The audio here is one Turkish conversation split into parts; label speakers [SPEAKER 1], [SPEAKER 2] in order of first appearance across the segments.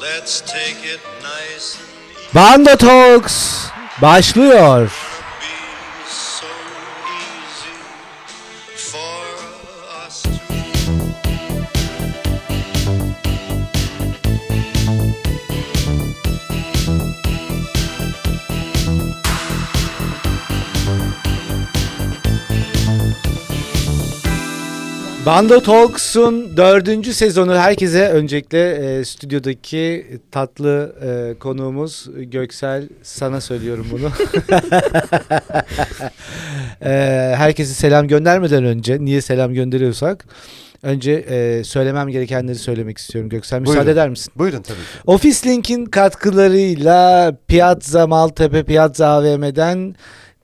[SPEAKER 1] Let's take it nice and
[SPEAKER 2] Bando Talks başlıyor.
[SPEAKER 1] be so easy for us to
[SPEAKER 2] Bando Talks'un dördüncü sezonu herkese öncelikle e, stüdyodaki tatlı e, konuğumuz Göksel sana söylüyorum bunu. e, herkese selam göndermeden önce niye selam gönderiyorsak önce e, söylemem gerekenleri söylemek istiyorum Göksel müsaade
[SPEAKER 3] Buyurun.
[SPEAKER 2] eder misin?
[SPEAKER 3] Buyurun tabii ki.
[SPEAKER 2] Office Link'in katkılarıyla Piazza Maltepe Piazza AVM'den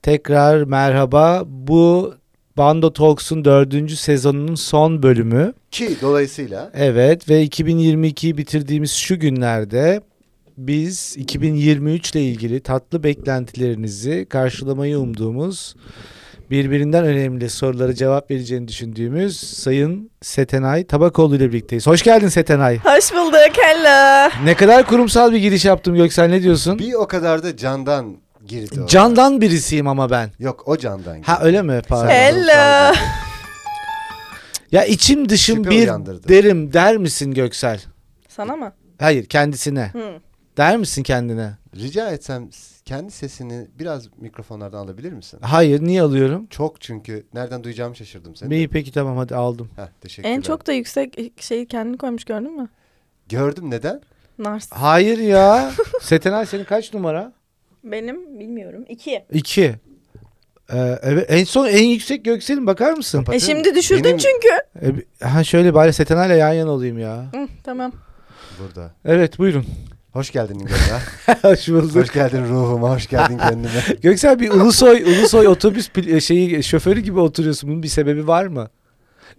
[SPEAKER 2] tekrar merhaba. Bu Bando Talks'un dördüncü sezonunun son bölümü.
[SPEAKER 3] Ki dolayısıyla
[SPEAKER 2] Evet ve 2022'yi bitirdiğimiz şu günlerde biz 2023 ile ilgili tatlı beklentilerinizi karşılamayı umduğumuz birbirinden önemli sorulara cevap vereceğini düşündüğümüz Sayın Setenay Tabakoğlu ile birlikteyiz. Hoş geldin Setenay.
[SPEAKER 4] Hoş bulduk. Hello.
[SPEAKER 2] Ne kadar kurumsal bir giriş yaptım Göksel ne diyorsun?
[SPEAKER 3] bir o kadar da candan girdi o.
[SPEAKER 2] Candan birisiyim ama ben.
[SPEAKER 3] Yok o candan girdi.
[SPEAKER 2] Ha öyle mi? Pardon.
[SPEAKER 3] Sen-
[SPEAKER 4] Hello.
[SPEAKER 2] Ya içim dışım
[SPEAKER 3] Şüphe
[SPEAKER 2] bir
[SPEAKER 3] uyandırdı.
[SPEAKER 2] derim der misin Göksel?
[SPEAKER 4] Sana mı?
[SPEAKER 2] Hayır kendisine.
[SPEAKER 4] Hı.
[SPEAKER 2] Der misin kendine?
[SPEAKER 3] Rica etsem s- kendi sesini biraz mikrofonlardan alabilir misin?
[SPEAKER 2] Hayır niye alıyorum?
[SPEAKER 3] Çok çünkü nereden duyacağımı şaşırdım seni.
[SPEAKER 2] İyi peki tamam hadi aldım.
[SPEAKER 3] Heh, teşekkürler.
[SPEAKER 4] En çok da yüksek şeyi kendini koymuş gördün mü?
[SPEAKER 3] Gördüm neden?
[SPEAKER 4] Nars.
[SPEAKER 2] Hayır ya. Setenay senin kaç numara?
[SPEAKER 4] Benim bilmiyorum. İki.
[SPEAKER 2] İki. Ee, evet, en son en yüksek Göksel'in bakar mısın?
[SPEAKER 4] E
[SPEAKER 3] Kapatır
[SPEAKER 4] şimdi
[SPEAKER 3] mısın?
[SPEAKER 4] düşürdün
[SPEAKER 3] Benim
[SPEAKER 4] çünkü.
[SPEAKER 2] Ee, bi- ha şöyle bari Setenay'la yan yana olayım ya.
[SPEAKER 4] Hı, tamam.
[SPEAKER 3] Burada.
[SPEAKER 2] Evet buyurun.
[SPEAKER 3] Hoş geldin İngilizce.
[SPEAKER 2] Hoş bulduk.
[SPEAKER 3] hoş geldin ruhuma, hoş geldin kendime.
[SPEAKER 2] Göksel bir Ulusoy Ulusoy otobüs pil- e, şeyi şoförü gibi oturuyorsun. Bunun bir sebebi var mı?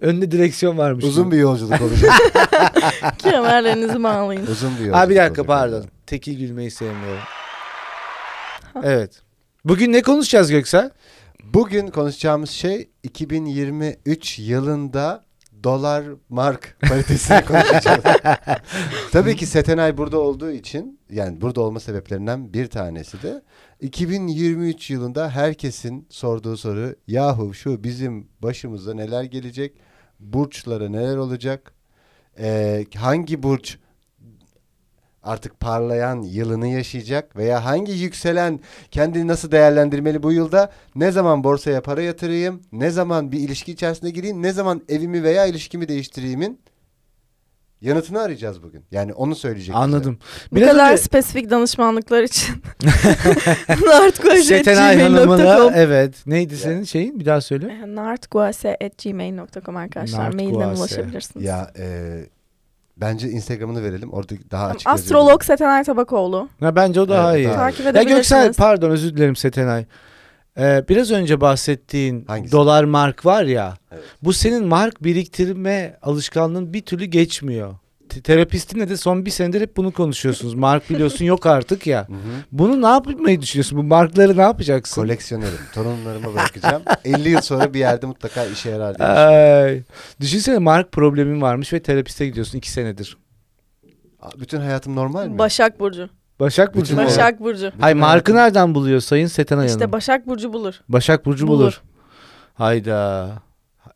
[SPEAKER 2] Önünde direksiyon varmış.
[SPEAKER 3] Uzun bir yolculuk olacak.
[SPEAKER 4] Kemerlerinizi bağlayın.
[SPEAKER 3] Uzun bir yolculuk
[SPEAKER 2] Ha bir dakika
[SPEAKER 3] olacak.
[SPEAKER 2] pardon. Tekil gülmeyi sevmiyorum. Evet. Bugün ne konuşacağız Göksel?
[SPEAKER 3] Bugün konuşacağımız şey 2023 yılında dolar mark paritesini konuşacağız. Tabii ki Setenay burada olduğu için yani burada olma sebeplerinden bir tanesi de 2023 yılında herkesin sorduğu soru yahu şu bizim başımıza neler gelecek? Burçlara neler olacak? Ee, hangi burç artık parlayan yılını yaşayacak veya hangi yükselen kendini nasıl değerlendirmeli bu yılda? Ne zaman borsaya para yatırayım? Ne zaman bir ilişki içerisine gireyim? Ne zaman evimi veya ilişkimi değiştireyimin yanıtını arayacağız bugün. Yani onu söyleyecek. bize.
[SPEAKER 2] Anladım.
[SPEAKER 4] Bu kadar
[SPEAKER 2] önce
[SPEAKER 4] spesifik danışmanlıklar için. Nartgoase.gmail.com
[SPEAKER 2] Setenay Hanım'la evet. Neydi senin şeyin? Bir daha söyle.
[SPEAKER 4] Nartgoase.gmail.com arkadaşlar.
[SPEAKER 2] Nartgoase.
[SPEAKER 4] Mailden ulaşabilirsiniz.
[SPEAKER 3] Ya e, bence Instagram'ını verelim. Orada daha açık yazıyor.
[SPEAKER 4] Astrolog Setenay Tabakoğlu.
[SPEAKER 2] Ha, bence o daha
[SPEAKER 3] Evet,
[SPEAKER 2] iyi.
[SPEAKER 3] daha-
[SPEAKER 4] Takip
[SPEAKER 2] Ya
[SPEAKER 4] edebilirsiniz.
[SPEAKER 2] Göksel pardon özür dilerim Setenay. Ee, biraz önce bahsettiğin
[SPEAKER 3] Hangisi?
[SPEAKER 2] dolar mark var ya.
[SPEAKER 3] Evet.
[SPEAKER 2] Bu senin mark biriktirme alışkanlığın bir türlü geçmiyor. Te- terapistinle de son bir senedir hep bunu konuşuyorsunuz. Mark biliyorsun yok artık ya.
[SPEAKER 3] Hı hı.
[SPEAKER 2] Bunu ne yapmayı düşünüyorsun? Bu markları ne yapacaksın?
[SPEAKER 3] Koleksiyonerim. Torunlarıma bırakacağım. 50 yıl sonra bir yerde mutlaka işe yarar diye.
[SPEAKER 2] Ay. Düşünsene mark problemin varmış ve terapiste gidiyorsun iki senedir.
[SPEAKER 3] düşünüyorum. Bütün hayatım normal mi?
[SPEAKER 4] Başak Burcu.
[SPEAKER 2] Başak
[SPEAKER 3] Bütün
[SPEAKER 2] Burcu mu?
[SPEAKER 3] olarak-
[SPEAKER 4] Başak Burcu.
[SPEAKER 2] Ay markı
[SPEAKER 3] hayatım-
[SPEAKER 2] nereden buluyor Sayın Setenay Hanım?
[SPEAKER 4] İşte Başak Burcu bulur.
[SPEAKER 2] Başak Burcu bulur.
[SPEAKER 4] Bulur.
[SPEAKER 2] Hayda.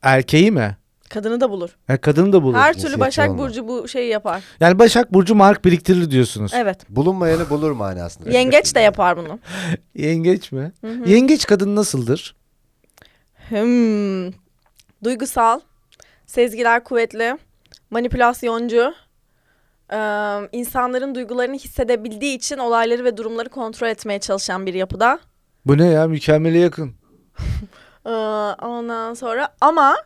[SPEAKER 2] Erkeği mi?
[SPEAKER 4] Kadını da bulur.
[SPEAKER 2] Ha, kadını da bulur.
[SPEAKER 4] Her
[SPEAKER 3] Cinsiyetçi
[SPEAKER 4] türlü Başak
[SPEAKER 3] olma.
[SPEAKER 4] Burcu bu şeyi yapar.
[SPEAKER 2] Yani Başak Burcu mark biriktirir diyorsunuz.
[SPEAKER 4] Evet.
[SPEAKER 3] Bulunmayanı bulur manasında.
[SPEAKER 4] Yengeç de yapar bunu.
[SPEAKER 2] Yengeç mi?
[SPEAKER 4] Hı hı.
[SPEAKER 2] Yengeç kadın nasıldır?
[SPEAKER 4] Hmm. Duygusal, sezgiler kuvvetli, manipülasyoncu, eee, insanların duygularını hissedebildiği için olayları ve durumları kontrol etmeye çalışan bir yapıda.
[SPEAKER 2] Bu ne ya mükemmele yakın.
[SPEAKER 4] Eee, ondan sonra ama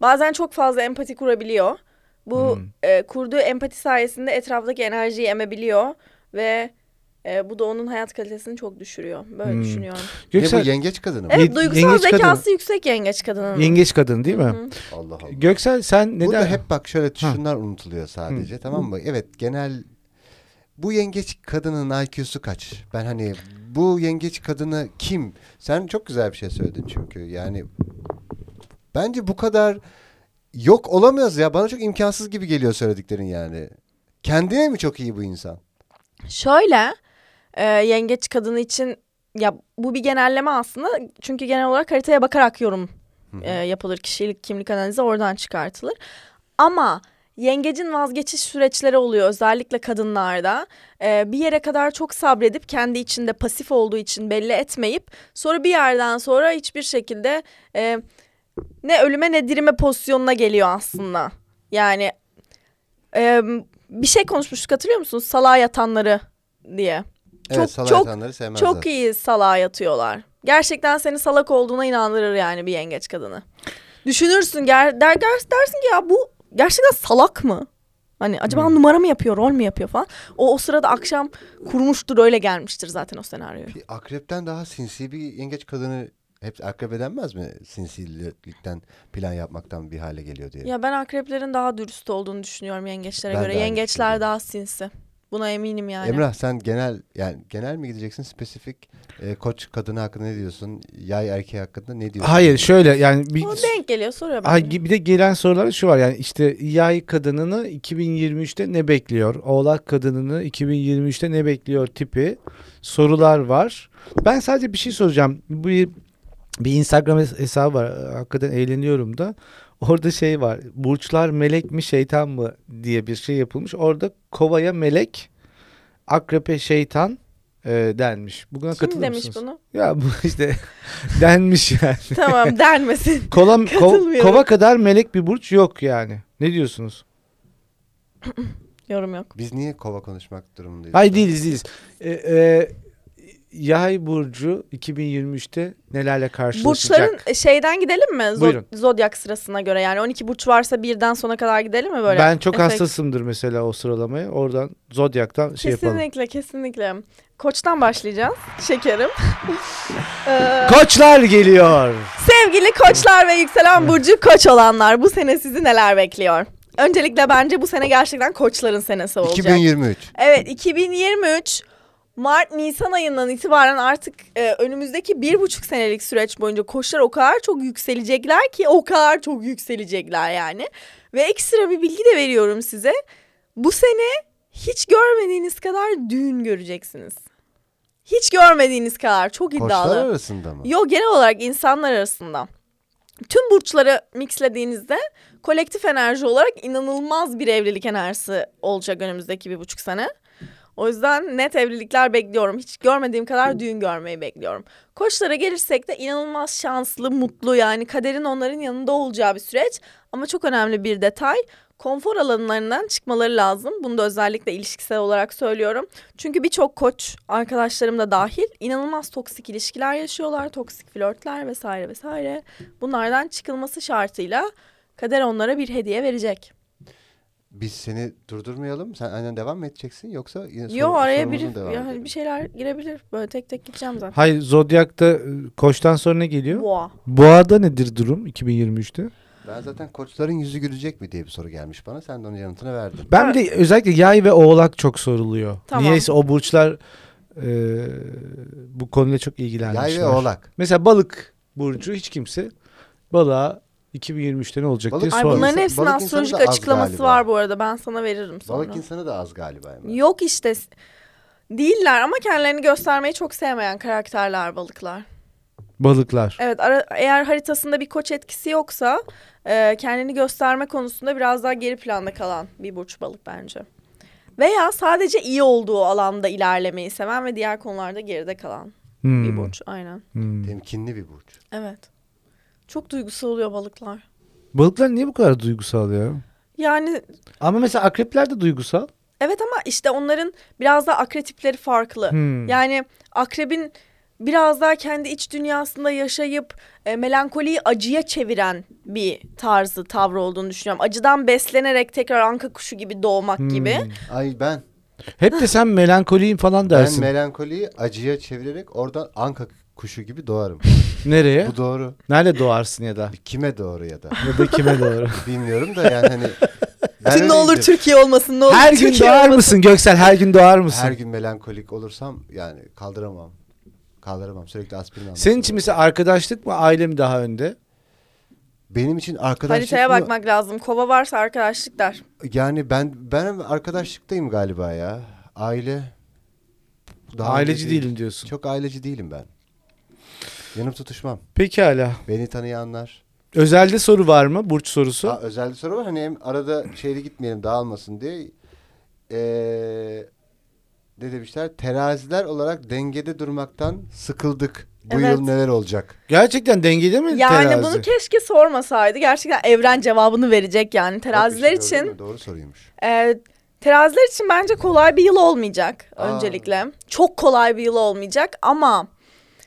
[SPEAKER 4] bazen çok fazla empati kurabiliyor. Bu
[SPEAKER 2] Hmm.
[SPEAKER 4] eee, kurduğu empati sayesinde etrafdaki enerjiyi emebiliyor ve eee, bu da onun hayat kalitesini çok düşürüyor. Böyle
[SPEAKER 2] Hmm.
[SPEAKER 4] düşünüyorum.
[SPEAKER 3] Ne bu
[SPEAKER 2] Göksel,
[SPEAKER 3] yengeç kadını mı?
[SPEAKER 4] Evet
[SPEAKER 2] Ye-
[SPEAKER 4] duygusal
[SPEAKER 2] yengeç kadın.
[SPEAKER 4] zekası yüksek yengeç kadının.
[SPEAKER 2] yengeç kadın değil mi?
[SPEAKER 4] Hı hı.
[SPEAKER 3] Allah Allah.
[SPEAKER 2] Göksel sen
[SPEAKER 3] Burada
[SPEAKER 2] neden?
[SPEAKER 3] hep bak şöyle şunlar unutuluyor sadece tamam mı? Evet genel bu yengeç kadının IQ'su kaç? Ben hani bu yengeç kadını kim? Sen çok güzel bir şey söyledin çünkü. Yani bence bu kadar yok olamaz ya. Bana çok imkansız gibi geliyor söylediklerin yani. Kendine mi çok iyi bu insan?
[SPEAKER 4] Şöyle e, yengeç kadını için ya bu bir genelleme aslında çünkü genel olarak haritaya bakarak yorum e, yapılır. Kişilik kimlik analizi oradan çıkartılır. Ama yengecin vazgeçiş süreçleri oluyor özellikle kadınlarda. E, bir yere kadar çok sabredip kendi içinde pasif olduğu için belli etmeyip sonra bir yerden sonra hiçbir şekilde e, ne ölüme ne dirime pozisyonuna geliyor aslında. Yani e, bir şey konuşmuştuk hatırlıyor musunuz? Salağa yatanları diye.
[SPEAKER 3] evet,
[SPEAKER 4] çok-
[SPEAKER 3] salak
[SPEAKER 4] çok-
[SPEAKER 3] insanları sevmezler.
[SPEAKER 4] Çok iyi salağa yatıyorlar. Gerçekten seni salak olduğuna inandırır yani bir yengeç kadını. Düşünürsün ger der, der- dersin ki ya bu gerçekten salak mı? Hani acaba
[SPEAKER 3] Hmm.
[SPEAKER 4] numara mı yapıyor, rol mü yapıyor falan. O o sırada akşam kurmuştur öyle gelmiştir zaten o senaryoyu.
[SPEAKER 3] Bir akrepten daha sinsi bir yengeç kadını hep akrep edenmez mi? Sinsilikten plan yapmaktan bir hale geliyor diye.
[SPEAKER 4] Ya ben akreplerin daha dürüst olduğunu düşünüyorum yengeçlere
[SPEAKER 3] Ben de
[SPEAKER 4] göre.
[SPEAKER 3] aynı
[SPEAKER 4] Yengeçler
[SPEAKER 3] fikirdeyim.
[SPEAKER 4] daha sinsi. Buna eminim yani.
[SPEAKER 3] Emrah sen genel yani genel mi gideceksin spesifik e, koç kadını hakkında ne diyorsun? Yay erkeği hakkında ne diyorsun?
[SPEAKER 2] Hayır şöyle yani bir
[SPEAKER 4] O denk geliyor soruyor bana.
[SPEAKER 2] Ha, bir de gelen sorular şu var yani işte yay kadınını 2023'te ne bekliyor? Oğlak kadınını 2023'te ne bekliyor tipi sorular var. Ben sadece bir şey soracağım. Bu bir, bir Instagram hes- hesabı var. Hakikaten eğleniyorum da. Orada şey var. Burçlar melek mi şeytan mı diye bir şey yapılmış. Orada kovaya melek, akrepe şeytan e, denmiş. Buna
[SPEAKER 4] Kim
[SPEAKER 2] katılır
[SPEAKER 4] demiş
[SPEAKER 2] mısınız?
[SPEAKER 4] bunu?
[SPEAKER 2] Ya bu işte denmiş yani.
[SPEAKER 4] tamam denmesin.
[SPEAKER 2] Kola, ko-
[SPEAKER 4] Katılmıyorum.
[SPEAKER 2] kova kadar melek bir burç yok yani. Ne diyorsunuz?
[SPEAKER 4] Yorum yok.
[SPEAKER 3] Biz niye kova konuşmak durumundayız?
[SPEAKER 2] Hayır değiliz değiliz. Ee, e, yay burcu 2023'te nelerle karşılaşacak?
[SPEAKER 4] Burçların e, şeyden gidelim mi? Zo-
[SPEAKER 2] Buyurun.
[SPEAKER 4] Zodyak sırasına göre yani 12 burç varsa birden sona kadar gidelim mi böyle?
[SPEAKER 2] ben çok
[SPEAKER 4] Efekt.
[SPEAKER 2] hassasımdır mesela o sıralamaya. Oradan zodyaktan şey yapalım.
[SPEAKER 4] kesinlikle kesinlikle. Koçtan başlayacağız şekerim. Ee,
[SPEAKER 2] Koçlar geliyor.
[SPEAKER 4] sevgili koçlar ve yükselen burcu koç olanlar bu sene sizi neler bekliyor? Öncelikle bence bu sene gerçekten koçların senesi olacak.
[SPEAKER 3] 2023.
[SPEAKER 4] Evet 2023 Mart Nisan ayından itibaren artık e, önümüzdeki bir buçuk senelik süreç boyunca koçlar o kadar çok yükselecekler ki o kadar çok yükselecekler yani. Ve ekstra bir bilgi de veriyorum size. Bu sene hiç görmediğiniz kadar düğün göreceksiniz. Hiç görmediğiniz kadar çok iddialı.
[SPEAKER 3] Koçlar arasında mı?
[SPEAKER 4] Yo genel olarak insanlar arasında. Tüm burçları mixlediğinizde kolektif enerji olarak inanılmaz bir evlilik enerjisi olacak önümüzdeki bir buçuk sene. O yüzden net evlilikler bekliyorum. Hiç görmediğim kadar düğün görmeyi bekliyorum. Koçlara gelirsek de inanılmaz şanslı, mutlu yani kaderin onların yanında olacağı bir süreç. Ama çok önemli bir detay. Konfor alanlarından çıkmaları lazım. Bunu da özellikle ilişkisel olarak söylüyorum. Çünkü birçok koç arkadaşlarım da dahil inanılmaz toksik ilişkiler yaşıyorlar. Toksik flörtler vesaire vesaire. Bunlardan çıkılması şartıyla kader onlara bir hediye verecek.
[SPEAKER 3] Biz seni durdurmayalım. Sen aynen devam mı edeceksin yoksa yine soru-
[SPEAKER 4] Yo araya
[SPEAKER 3] sorumuzun
[SPEAKER 4] bir,
[SPEAKER 3] devamı
[SPEAKER 4] yani
[SPEAKER 3] edelim?
[SPEAKER 4] bir şeyler girebilir. Böyle tek tek gideceğim zaten.
[SPEAKER 2] Hayır zodyakta e, koçtan sonra ne geliyor?
[SPEAKER 4] Boğa.
[SPEAKER 2] Boğa'da nedir durum 2023'te?
[SPEAKER 4] şey-
[SPEAKER 3] Ben zaten koçların yüzü gülecek mi diye bir soru gelmiş bana. Sen de onun yanıtını verdin.
[SPEAKER 2] Ben bir de özellikle yay ve oğlak çok soruluyor.
[SPEAKER 4] Tamam.
[SPEAKER 2] Niyeyse o burçlar e, bu konuyla çok ilgilenmişler.
[SPEAKER 3] Yay ve oğlak.
[SPEAKER 2] Mesela balık burcu hiç kimse balığa 2023'te ne olacak
[SPEAKER 3] Balık-
[SPEAKER 2] diye
[SPEAKER 3] Sonra-
[SPEAKER 4] Ay
[SPEAKER 2] sormuyor.
[SPEAKER 4] bunların hepsinin
[SPEAKER 3] Balık insanı
[SPEAKER 4] astrolojik
[SPEAKER 3] da az
[SPEAKER 4] açıklaması
[SPEAKER 3] galiba.
[SPEAKER 4] var bu arada. Ben sana veririm sonra.
[SPEAKER 3] Balık insanı da az galiba. Emre.
[SPEAKER 4] Yok işte. Değiller ama kendilerini göstermeyi çok sevmeyen karakterler balıklar.
[SPEAKER 2] Balıklar.
[SPEAKER 4] Evet ara- eğer haritasında bir koç etkisi yoksa e, kendini gösterme konusunda biraz daha geri planda kalan bir burç balık bence. Veya sadece iyi olduğu alanda ilerlemeyi seven ve diğer konularda geride kalan
[SPEAKER 2] Hmm,
[SPEAKER 4] bir burç aynen.
[SPEAKER 2] hmm.
[SPEAKER 3] Temkinli bir burç.
[SPEAKER 4] Evet. Çok duygusal oluyor balıklar.
[SPEAKER 2] Balıklar niye bu kadar duygusal ya?
[SPEAKER 4] Yani
[SPEAKER 2] Ama mesela akrepler de duygusal.
[SPEAKER 4] evet ama işte onların biraz daha akretipleri farklı.
[SPEAKER 2] Hmm.
[SPEAKER 4] Yani akrebin biraz daha kendi iç dünyasında yaşayıp e, melankoliyi acıya çeviren bir tarzı tavrı olduğunu düşünüyorum. Acıdan beslenerek tekrar anka kuşu gibi doğmak
[SPEAKER 2] Hmm.
[SPEAKER 4] gibi.
[SPEAKER 3] Ay ben
[SPEAKER 2] Hep de sen melankoliyim falan dersin.
[SPEAKER 3] ben melankoliyi acıya çevirerek oradan anka kuşu gibi doğarım.
[SPEAKER 2] Nereye?
[SPEAKER 3] Bu doğru.
[SPEAKER 2] Nerede doğarsın ya da?
[SPEAKER 3] Kime doğru ya da
[SPEAKER 2] Ya da kime doğru?
[SPEAKER 3] bilmiyorum da yani hani ben
[SPEAKER 4] Bütün ne
[SPEAKER 3] öyleydim.
[SPEAKER 4] olur Türkiye olmasın ne olur
[SPEAKER 2] her gün
[SPEAKER 4] Türkiye
[SPEAKER 2] doğar
[SPEAKER 4] olmasın.
[SPEAKER 2] mısın Göksel? Her gün doğar mısın?
[SPEAKER 3] Her gün melankolik olursam yani kaldıramam. Kaldıramam. Sürekli aspirin almam.
[SPEAKER 2] Senin için mesela arkadaşlık mı aile mi daha önde?
[SPEAKER 3] Benim için arkadaşlık
[SPEAKER 4] Haritaya
[SPEAKER 3] mı-
[SPEAKER 4] bakmak lazım. Kova varsa arkadaşlık der.
[SPEAKER 3] Yani ben ben arkadaşlıktayım galiba ya. Aile Daha
[SPEAKER 2] Aileci
[SPEAKER 3] öyle değil.
[SPEAKER 2] değilim diyorsun.
[SPEAKER 3] Çok aileci değilim ben. Yanıp tutuşmam.
[SPEAKER 2] Pekala.
[SPEAKER 3] Beni tanıyanlar.
[SPEAKER 2] Özelde soru var mı? Burç sorusu.
[SPEAKER 3] Ha, özel bir soru var. Hani hem arada şehre gitmeyelim dağılmasın diye. Ee, ne demişler? Teraziler olarak dengede durmaktan sıkıldık. Bu
[SPEAKER 4] Evet.
[SPEAKER 3] yıl neler olacak?
[SPEAKER 2] Gerçekten dengede mi
[SPEAKER 4] Yani
[SPEAKER 2] terazi?
[SPEAKER 4] bunu keşke sormasaydı. Gerçekten evren cevabını verecek yani. Teraziler
[SPEAKER 3] Bak, işte gördün
[SPEAKER 4] için
[SPEAKER 3] mü? Doğru soruymuş.
[SPEAKER 4] Ee, teraziler için bence kolay bir yıl olmayacak
[SPEAKER 3] Aa.
[SPEAKER 4] öncelikle. Çok kolay bir yıl olmayacak ama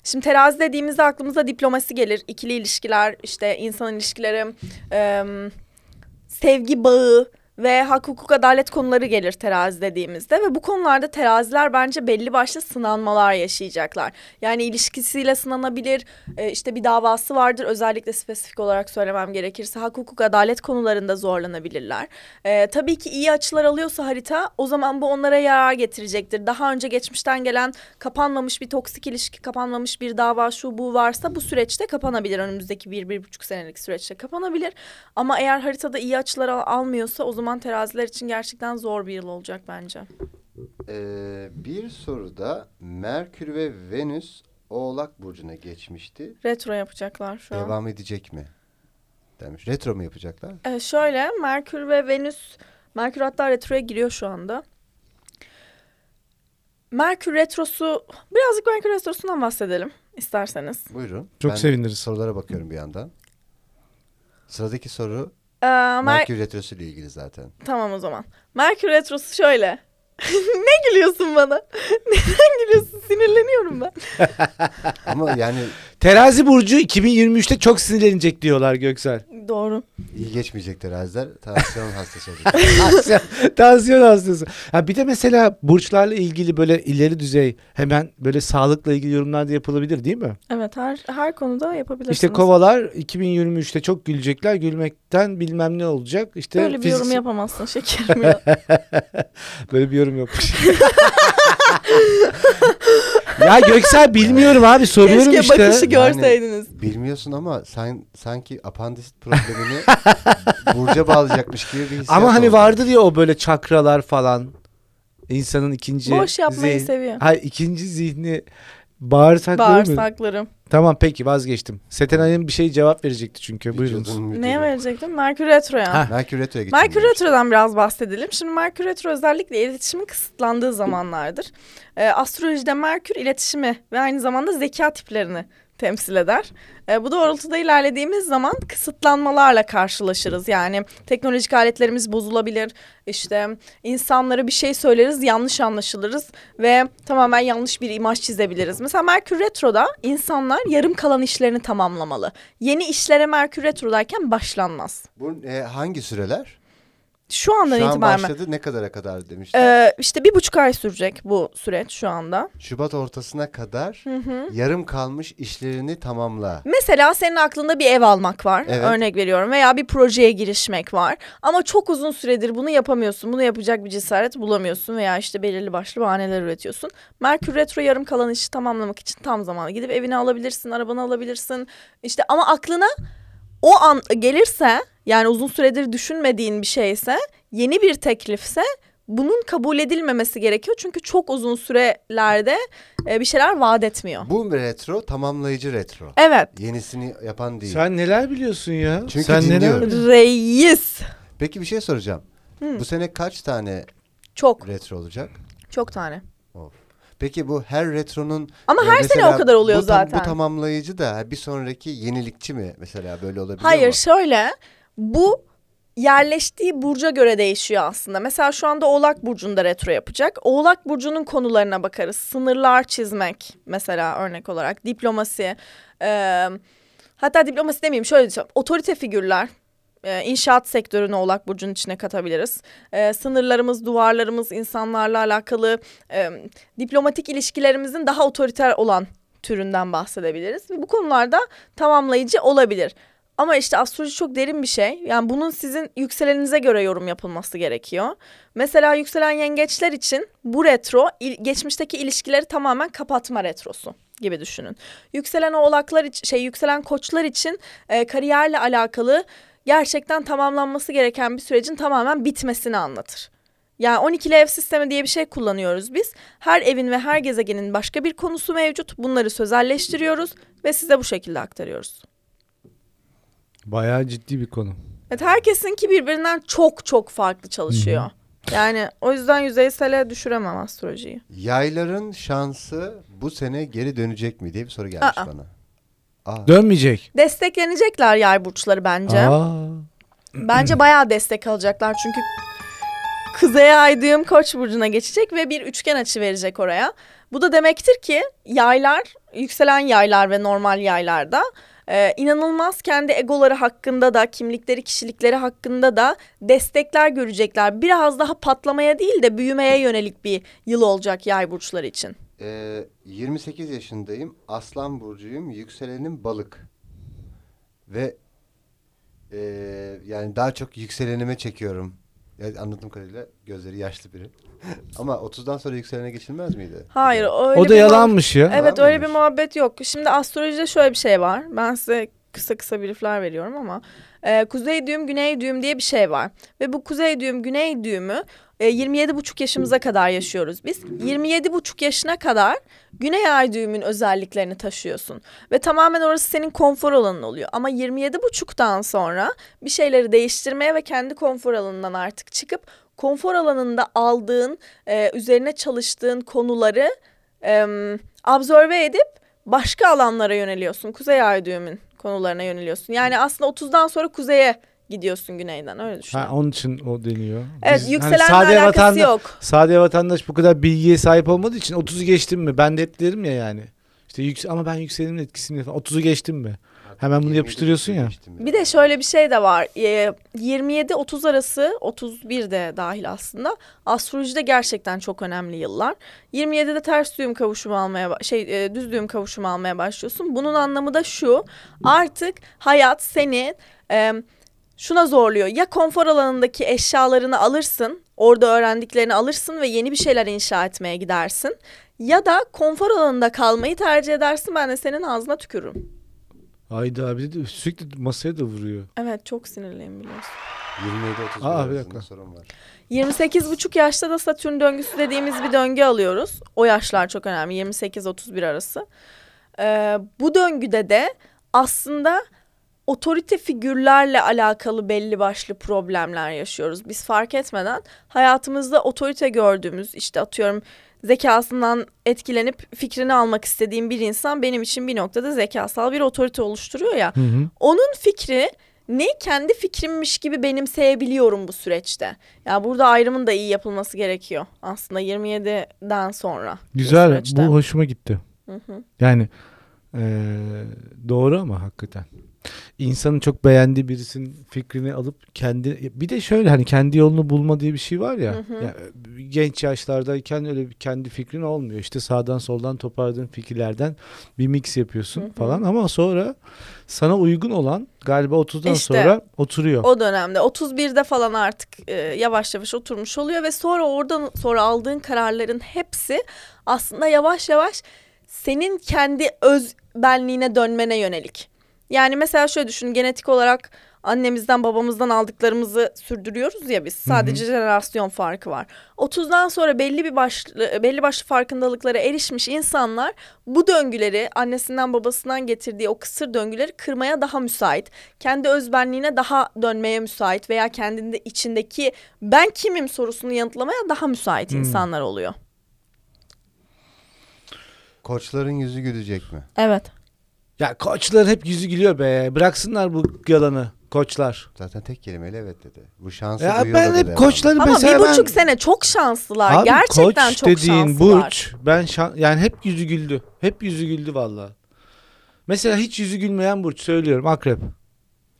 [SPEAKER 4] şimdi terazi dediğimizde aklımıza diplomasi gelir. İkili ilişkiler, işte insan ilişkileri, em, sevgi bağı ve hak hukuk adalet konuları gelir terazi dediğimizde ve bu konularda teraziler bence belli başlı sınanmalar yaşayacaklar. Yani ilişkisiyle sınanabilir, e, işte bir davası vardır özellikle spesifik olarak söylemem gerekirse hak hukuk adalet konularında zorlanabilirler. E, tabii ki iyi açılar alıyorsa harita o zaman bu onlara yarar getirecektir. Daha önce geçmişten gelen kapanmamış bir toksik ilişki, kapanmamış bir dava şu bu varsa bu süreçte kapanabilir. Önümüzdeki bir, bir buçuk senelik süreçte kapanabilir. Ama eğer haritada iyi açılar al- almıyorsa o zaman teraziler için gerçekten zor bir yıl olacak bence.
[SPEAKER 3] Ee, bir soruda Merkür ve Venüs Oğlak Burcu'na geçmişti.
[SPEAKER 4] Retro yapacaklar şu an.
[SPEAKER 3] Devam edecek mi? Demiş. Retro mu yapacaklar?
[SPEAKER 4] Ee, şöyle Merkür ve Venüs Merkür hatta retroya giriyor şu anda. Merkür retrosu birazcık Merkür retrosundan bahsedelim isterseniz.
[SPEAKER 3] Buyurun.
[SPEAKER 2] Çok
[SPEAKER 3] Ben
[SPEAKER 2] seviniriz.
[SPEAKER 3] Sorulara bakıyorum bir yandan. Sıradaki soru
[SPEAKER 4] Ee, Mer-
[SPEAKER 3] Merkür Retrosu ile ilgili zaten.
[SPEAKER 4] Tamam o zaman. Merkür retrosu şöyle. ne gülüyorsun bana? Neden gülüyorsun? Sinirleniyorum ben.
[SPEAKER 3] Ama yani
[SPEAKER 2] Terazi burcu 2023'te çok sinirlenecek diyorlar Göksel.
[SPEAKER 4] Doğru.
[SPEAKER 3] iyi geçmeyecek teraziler. Tansiyon hastası olacak.
[SPEAKER 2] Tansiyon hastası. Ha bir de mesela burçlarla ilgili böyle ileri düzey hemen böyle sağlıkla ilgili yorumlar da yapılabilir değil mi?
[SPEAKER 4] Evet her her konuda yapabilirsiniz.
[SPEAKER 2] İşte kovalar 2023'te çok gülecekler. Gülmekten bilmem ne olacak. İşte
[SPEAKER 4] Böyle bir yorum
[SPEAKER 2] fiziksel-
[SPEAKER 4] yapamazsın şekerim ya.
[SPEAKER 2] Böyle bir yorum yapmış. ya Göksel bilmiyorum abi soruyorum
[SPEAKER 4] Keşke
[SPEAKER 2] işte.
[SPEAKER 4] bakışı görseydiniz.
[SPEAKER 3] Bilmiyorsun ama sen sanki apandisit problemini burca bağlayacakmış gibi bir hissiyat
[SPEAKER 2] Ama hani
[SPEAKER 3] oldu.
[SPEAKER 2] vardır ya o böyle çakralar falan. İnsanın ikinci
[SPEAKER 4] Boş yapmayı
[SPEAKER 2] zihin-
[SPEAKER 4] seviyor.
[SPEAKER 2] Hayır ikinci zihni bağırsak değil mi?
[SPEAKER 4] Bağırsaklarım.
[SPEAKER 2] Tamam peki vazgeçtim. Setenay'ın bir şey cevap verecekti çünkü. Buyurunuz.
[SPEAKER 3] Vücudun müdürü.
[SPEAKER 4] Neye verecektim? Merkür retroya.
[SPEAKER 2] Ha.
[SPEAKER 3] Merkür Retro'ya geçelim.
[SPEAKER 4] Merkür Retro'dan biraz bahsedelim. Şimdi Merkür Retro özellikle iletişimin kısıtlandığı zamanlardır. Ee, astrolojide Merkür iletişimi ve aynı zamanda zeka tiplerini temsil eder. Ee, bu doğrultuda ilerlediğimiz zaman kısıtlanmalarla karşılaşırız. Yani teknolojik aletlerimiz bozulabilir. İşte insanlara bir şey söyleriz, yanlış anlaşılırız ve tamamen yanlış bir imaj çizebiliriz. Mesela Merkür Retro'da insanlar yarım kalan işlerini tamamlamalı. Yeni işlere Merkür Retro'dayken başlanmaz.
[SPEAKER 3] Bu e, hangi süreler?
[SPEAKER 4] Şu andan
[SPEAKER 3] Şu an
[SPEAKER 4] itibaren mi?
[SPEAKER 3] başladı ne kadara kadar demiştin?
[SPEAKER 4] Ee, işte bir buçuk ay sürecek bu süreç şu anda.
[SPEAKER 3] Şubat ortasına kadar yarım kalmış işlerini tamamla.
[SPEAKER 4] Mesela senin aklında bir ev almak var.
[SPEAKER 3] Evet.
[SPEAKER 4] Örnek veriyorum veya bir projeye girişmek var. Ama çok uzun süredir bunu yapamıyorsun. Bunu yapacak bir cesaret bulamıyorsun veya işte belirli başlı bahaneler üretiyorsun. Merkür Retro yarım kalan işi tamamlamak için tam zamanı. Gidip evini alabilirsin, arabanı alabilirsin. İşte ama aklına o an gelirse yani uzun süredir düşünmediğin bir şeyse yeni bir teklifse bunun kabul edilmemesi gerekiyor. Çünkü çok uzun sürelerde e, bir şeyler vaat etmiyor.
[SPEAKER 3] Bu retro tamamlayıcı retro.
[SPEAKER 4] Evet.
[SPEAKER 3] Yenisini yapan değil.
[SPEAKER 2] Sen neler biliyorsun ya?
[SPEAKER 3] Çünkü
[SPEAKER 2] Sen neler
[SPEAKER 3] dinliyorum.
[SPEAKER 2] biliyorsun?
[SPEAKER 4] Reis.
[SPEAKER 3] Peki bir şey soracağım. Bu sene kaç tane
[SPEAKER 4] Çok.
[SPEAKER 3] retro olacak?
[SPEAKER 4] Çok tane.
[SPEAKER 3] Of. Peki bu her retronun
[SPEAKER 4] Ama
[SPEAKER 3] e,
[SPEAKER 4] her
[SPEAKER 3] mesela
[SPEAKER 4] sene o kadar oluyor
[SPEAKER 3] bu tam-
[SPEAKER 4] zaten.
[SPEAKER 3] Bu tamamlayıcı da bir sonraki yenilikçi mi mesela böyle olabiliyor
[SPEAKER 4] Hayır
[SPEAKER 3] mu?
[SPEAKER 4] şöyle bu yerleştiği burca göre değişiyor aslında. Mesela şu anda Oğlak Burcu'nda retro yapacak. Oğlak Burcu'nun konularına bakarız. Sınırlar çizmek mesela örnek olarak. Diplomasi. eee, hatta diplomasi demeyeyim şöyle diyeceğim. Otorite figürler. eee, inşaat sektörünü Oğlak Burcu'nun içine katabiliriz. Eee, sınırlarımız, duvarlarımız, insanlarla alakalı eee, diplomatik ilişkilerimizin daha otoriter olan türünden bahsedebiliriz. Ve bu konularda tamamlayıcı olabilir. Ama işte astroloji çok derin bir şey. Yani bunun sizin yükseleninize göre yorum yapılması gerekiyor. Mesela yükselen yengeçler için bu retro il- geçmişteki ilişkileri tamamen kapatma retrosu gibi düşünün. Yükselen oğlaklar için şey yükselen koçlar için e, kariyerle alakalı gerçekten tamamlanması gereken bir sürecin tamamen bitmesini anlatır. Yani 12'li ev sistemi diye bir şey kullanıyoruz biz. Her evin ve her gezegenin başka bir konusu mevcut. Bunları sözelleştiriyoruz ve size bu şekilde aktarıyoruz.
[SPEAKER 2] Bayağı ciddi bir konu.
[SPEAKER 4] Evet herkesinki birbirinden çok çok farklı çalışıyor. Yani o yüzden yüzeysele düşüremem astrolojiyi.
[SPEAKER 3] Yayların şansı bu sene geri dönecek mi diye bir soru gelmiş
[SPEAKER 4] Aa.
[SPEAKER 3] bana. Aa,
[SPEAKER 2] Dönmeyecek.
[SPEAKER 4] Desteklenecekler yay burçları bence.
[SPEAKER 2] Aa,
[SPEAKER 4] Bence bayağı destek alacaklar çünkü Kuzey ay düğüm Koç burcuna geçecek ve bir üçgen açı verecek oraya. Bu da demektir ki yaylar, yükselen yaylar ve normal yaylarda e, inanılmaz kendi egoları hakkında da, kimlikleri, kişilikleri hakkında da destekler görecekler. Biraz daha patlamaya değil de büyümeye yönelik bir yıl olacak yay burçları için.
[SPEAKER 3] e, 28 yaşındayım. Aslan burcuyum. Yükselenim balık. Ve e, yani daha çok yükselenime çekiyorum. Yani anladığım kadarıyla gözleri yaşlı biri. Ama 30'dan sonra yükselene geçilmez miydi?
[SPEAKER 4] Hayır, öyle
[SPEAKER 2] o da
[SPEAKER 4] bir
[SPEAKER 2] yalanmış ya.
[SPEAKER 4] Evet
[SPEAKER 3] Yalan
[SPEAKER 4] öyle bir
[SPEAKER 3] mıymış?
[SPEAKER 4] muhabbet yok. Şimdi astrolojide şöyle bir şey var. Ben size kısa kısa briefler veriyorum ama e, kuzey düğüm güney düğüm diye bir şey var. Ve bu kuzey düğüm güney düğümü e, 27,5 yaşımıza kadar yaşıyoruz biz. 27,5 yaşına kadar güney ay düğümün özelliklerini taşıyorsun. Ve tamamen orası senin konfor alanın oluyor. Ama 27,5'tan sonra bir şeyleri değiştirmeye ve kendi konfor alanından artık çıkıp konfor alanında aldığın, e, üzerine çalıştığın konuları em, absorbe edip başka alanlara yöneliyorsun. Kuzey ay düğümün konularına yöneliyorsun. Yani aslında 30'dan sonra kuzeye gidiyorsun güneyden öyle düşün.
[SPEAKER 2] Ha, onun için o deniyor.
[SPEAKER 4] evet
[SPEAKER 2] Biz- hani
[SPEAKER 4] yükselenle
[SPEAKER 2] sade
[SPEAKER 4] alakası
[SPEAKER 2] vatanda-
[SPEAKER 4] yok.
[SPEAKER 2] Sade vatandaş bu kadar bilgiye sahip olmadığı için 30'u geçtim mi? Ben de hep derim ya yani. İşte yüks ama ben yükselenin etkisini falan. 30'u geçtim mi? Hemen bunu yapıştırıyorsun ya.
[SPEAKER 4] Bir de şöyle bir şey de var. 27-30 arası 31 de dahil aslında. Astrolojide gerçekten çok önemli yıllar. 27'de ters düğüm kavuşumu almaya ba- şey e, düz düğüm kavuşumu almaya başlıyorsun. Bunun anlamı da şu. Artık hayat seni e, şuna zorluyor. Ya konfor alanındaki eşyalarını alırsın, orada öğrendiklerini alırsın ve yeni bir şeyler inşa etmeye gidersin. Ya da konfor alanında kalmayı tercih edersin. Ben de senin ağzına tükürürüm.
[SPEAKER 2] Hayda abi de sürekli masaya da vuruyor.
[SPEAKER 4] Evet çok sinirliyim biliyorsun.
[SPEAKER 3] 27
[SPEAKER 2] Aa,
[SPEAKER 3] 30
[SPEAKER 2] bir
[SPEAKER 3] arasında
[SPEAKER 2] dakika.
[SPEAKER 3] sorun var.
[SPEAKER 4] 28,5 yaşta da Satürn döngüsü dediğimiz bir döngü alıyoruz. O yaşlar çok önemli. 28-31 arası. Ee, bu döngüde de aslında otorite figürlerle alakalı belli başlı problemler yaşıyoruz. Biz fark etmeden hayatımızda otorite gördüğümüz işte atıyorum zekasından etkilenip fikrini almak istediğim bir insan benim için bir noktada zekasal bir otorite oluşturuyor ya. Onun fikri ne kendi fikrimmiş gibi benimseyebiliyorum bu süreçte. Ya burada ayrımın da iyi yapılması gerekiyor aslında 27'den sonra.
[SPEAKER 2] Güzel.
[SPEAKER 4] süreçte.
[SPEAKER 2] Bu hoşuma gitti.
[SPEAKER 4] Hı hı.
[SPEAKER 2] Yani eee, doğru ama hakikaten. İnsanın çok beğendiği birisinin fikrini alıp kendi bir de şöyle hani kendi yolunu bulma diye bir şey var ya. ya, genç yaşlardayken öyle bir kendi fikrin olmuyor. İşte sağdan soldan topardığın fikirlerden bir mix yapıyorsun falan ama sonra sana uygun olan galiba 30'dan
[SPEAKER 4] İşte.
[SPEAKER 2] sonra oturuyor.
[SPEAKER 4] O dönemde 31'de falan artık e, yavaş yavaş oturmuş oluyor ve sonra oradan sonra aldığın kararların hepsi aslında yavaş yavaş senin kendi öz benliğine dönmene yönelik. Yani mesela şöyle düşün genetik olarak annemizden babamızdan aldıklarımızı sürdürüyoruz ya biz. Sadece jenerasyon farkı var. 30'dan sonra belli bir başlı, belli başlı farkındalıklara erişmiş insanlar bu döngüleri annesinden babasından getirdiği o kısır döngüleri kırmaya daha müsait. Kendi özbenliğine daha dönmeye müsait veya kendinde içindeki ben kimim sorusunu yanıtlamaya daha müsait
[SPEAKER 2] Hmm.
[SPEAKER 4] insanlar oluyor.
[SPEAKER 3] Koçların yüzü gülecek mi?
[SPEAKER 4] Evet.
[SPEAKER 2] Ya koçların hep yüzü gülüyor be. Bıraksınlar bu yalanı koçlar.
[SPEAKER 3] Zaten tek kelimeyle evet dedi. Bu şansı
[SPEAKER 2] Ya
[SPEAKER 3] duyuldu
[SPEAKER 2] ben
[SPEAKER 3] dedi
[SPEAKER 2] hep
[SPEAKER 3] hemen.
[SPEAKER 2] koçları
[SPEAKER 4] Ama
[SPEAKER 2] mesela
[SPEAKER 4] bir
[SPEAKER 2] ben-
[SPEAKER 4] buçuk sene çok şanslılar.
[SPEAKER 2] Abi
[SPEAKER 4] Gerçekten
[SPEAKER 2] koç
[SPEAKER 4] çok
[SPEAKER 2] dediğin
[SPEAKER 4] şanslılar.
[SPEAKER 2] burç ben şan, yani hep yüzü güldü. Hep yüzü güldü valla. Mesela hiç yüzü gülmeyen burç söylüyorum akrep.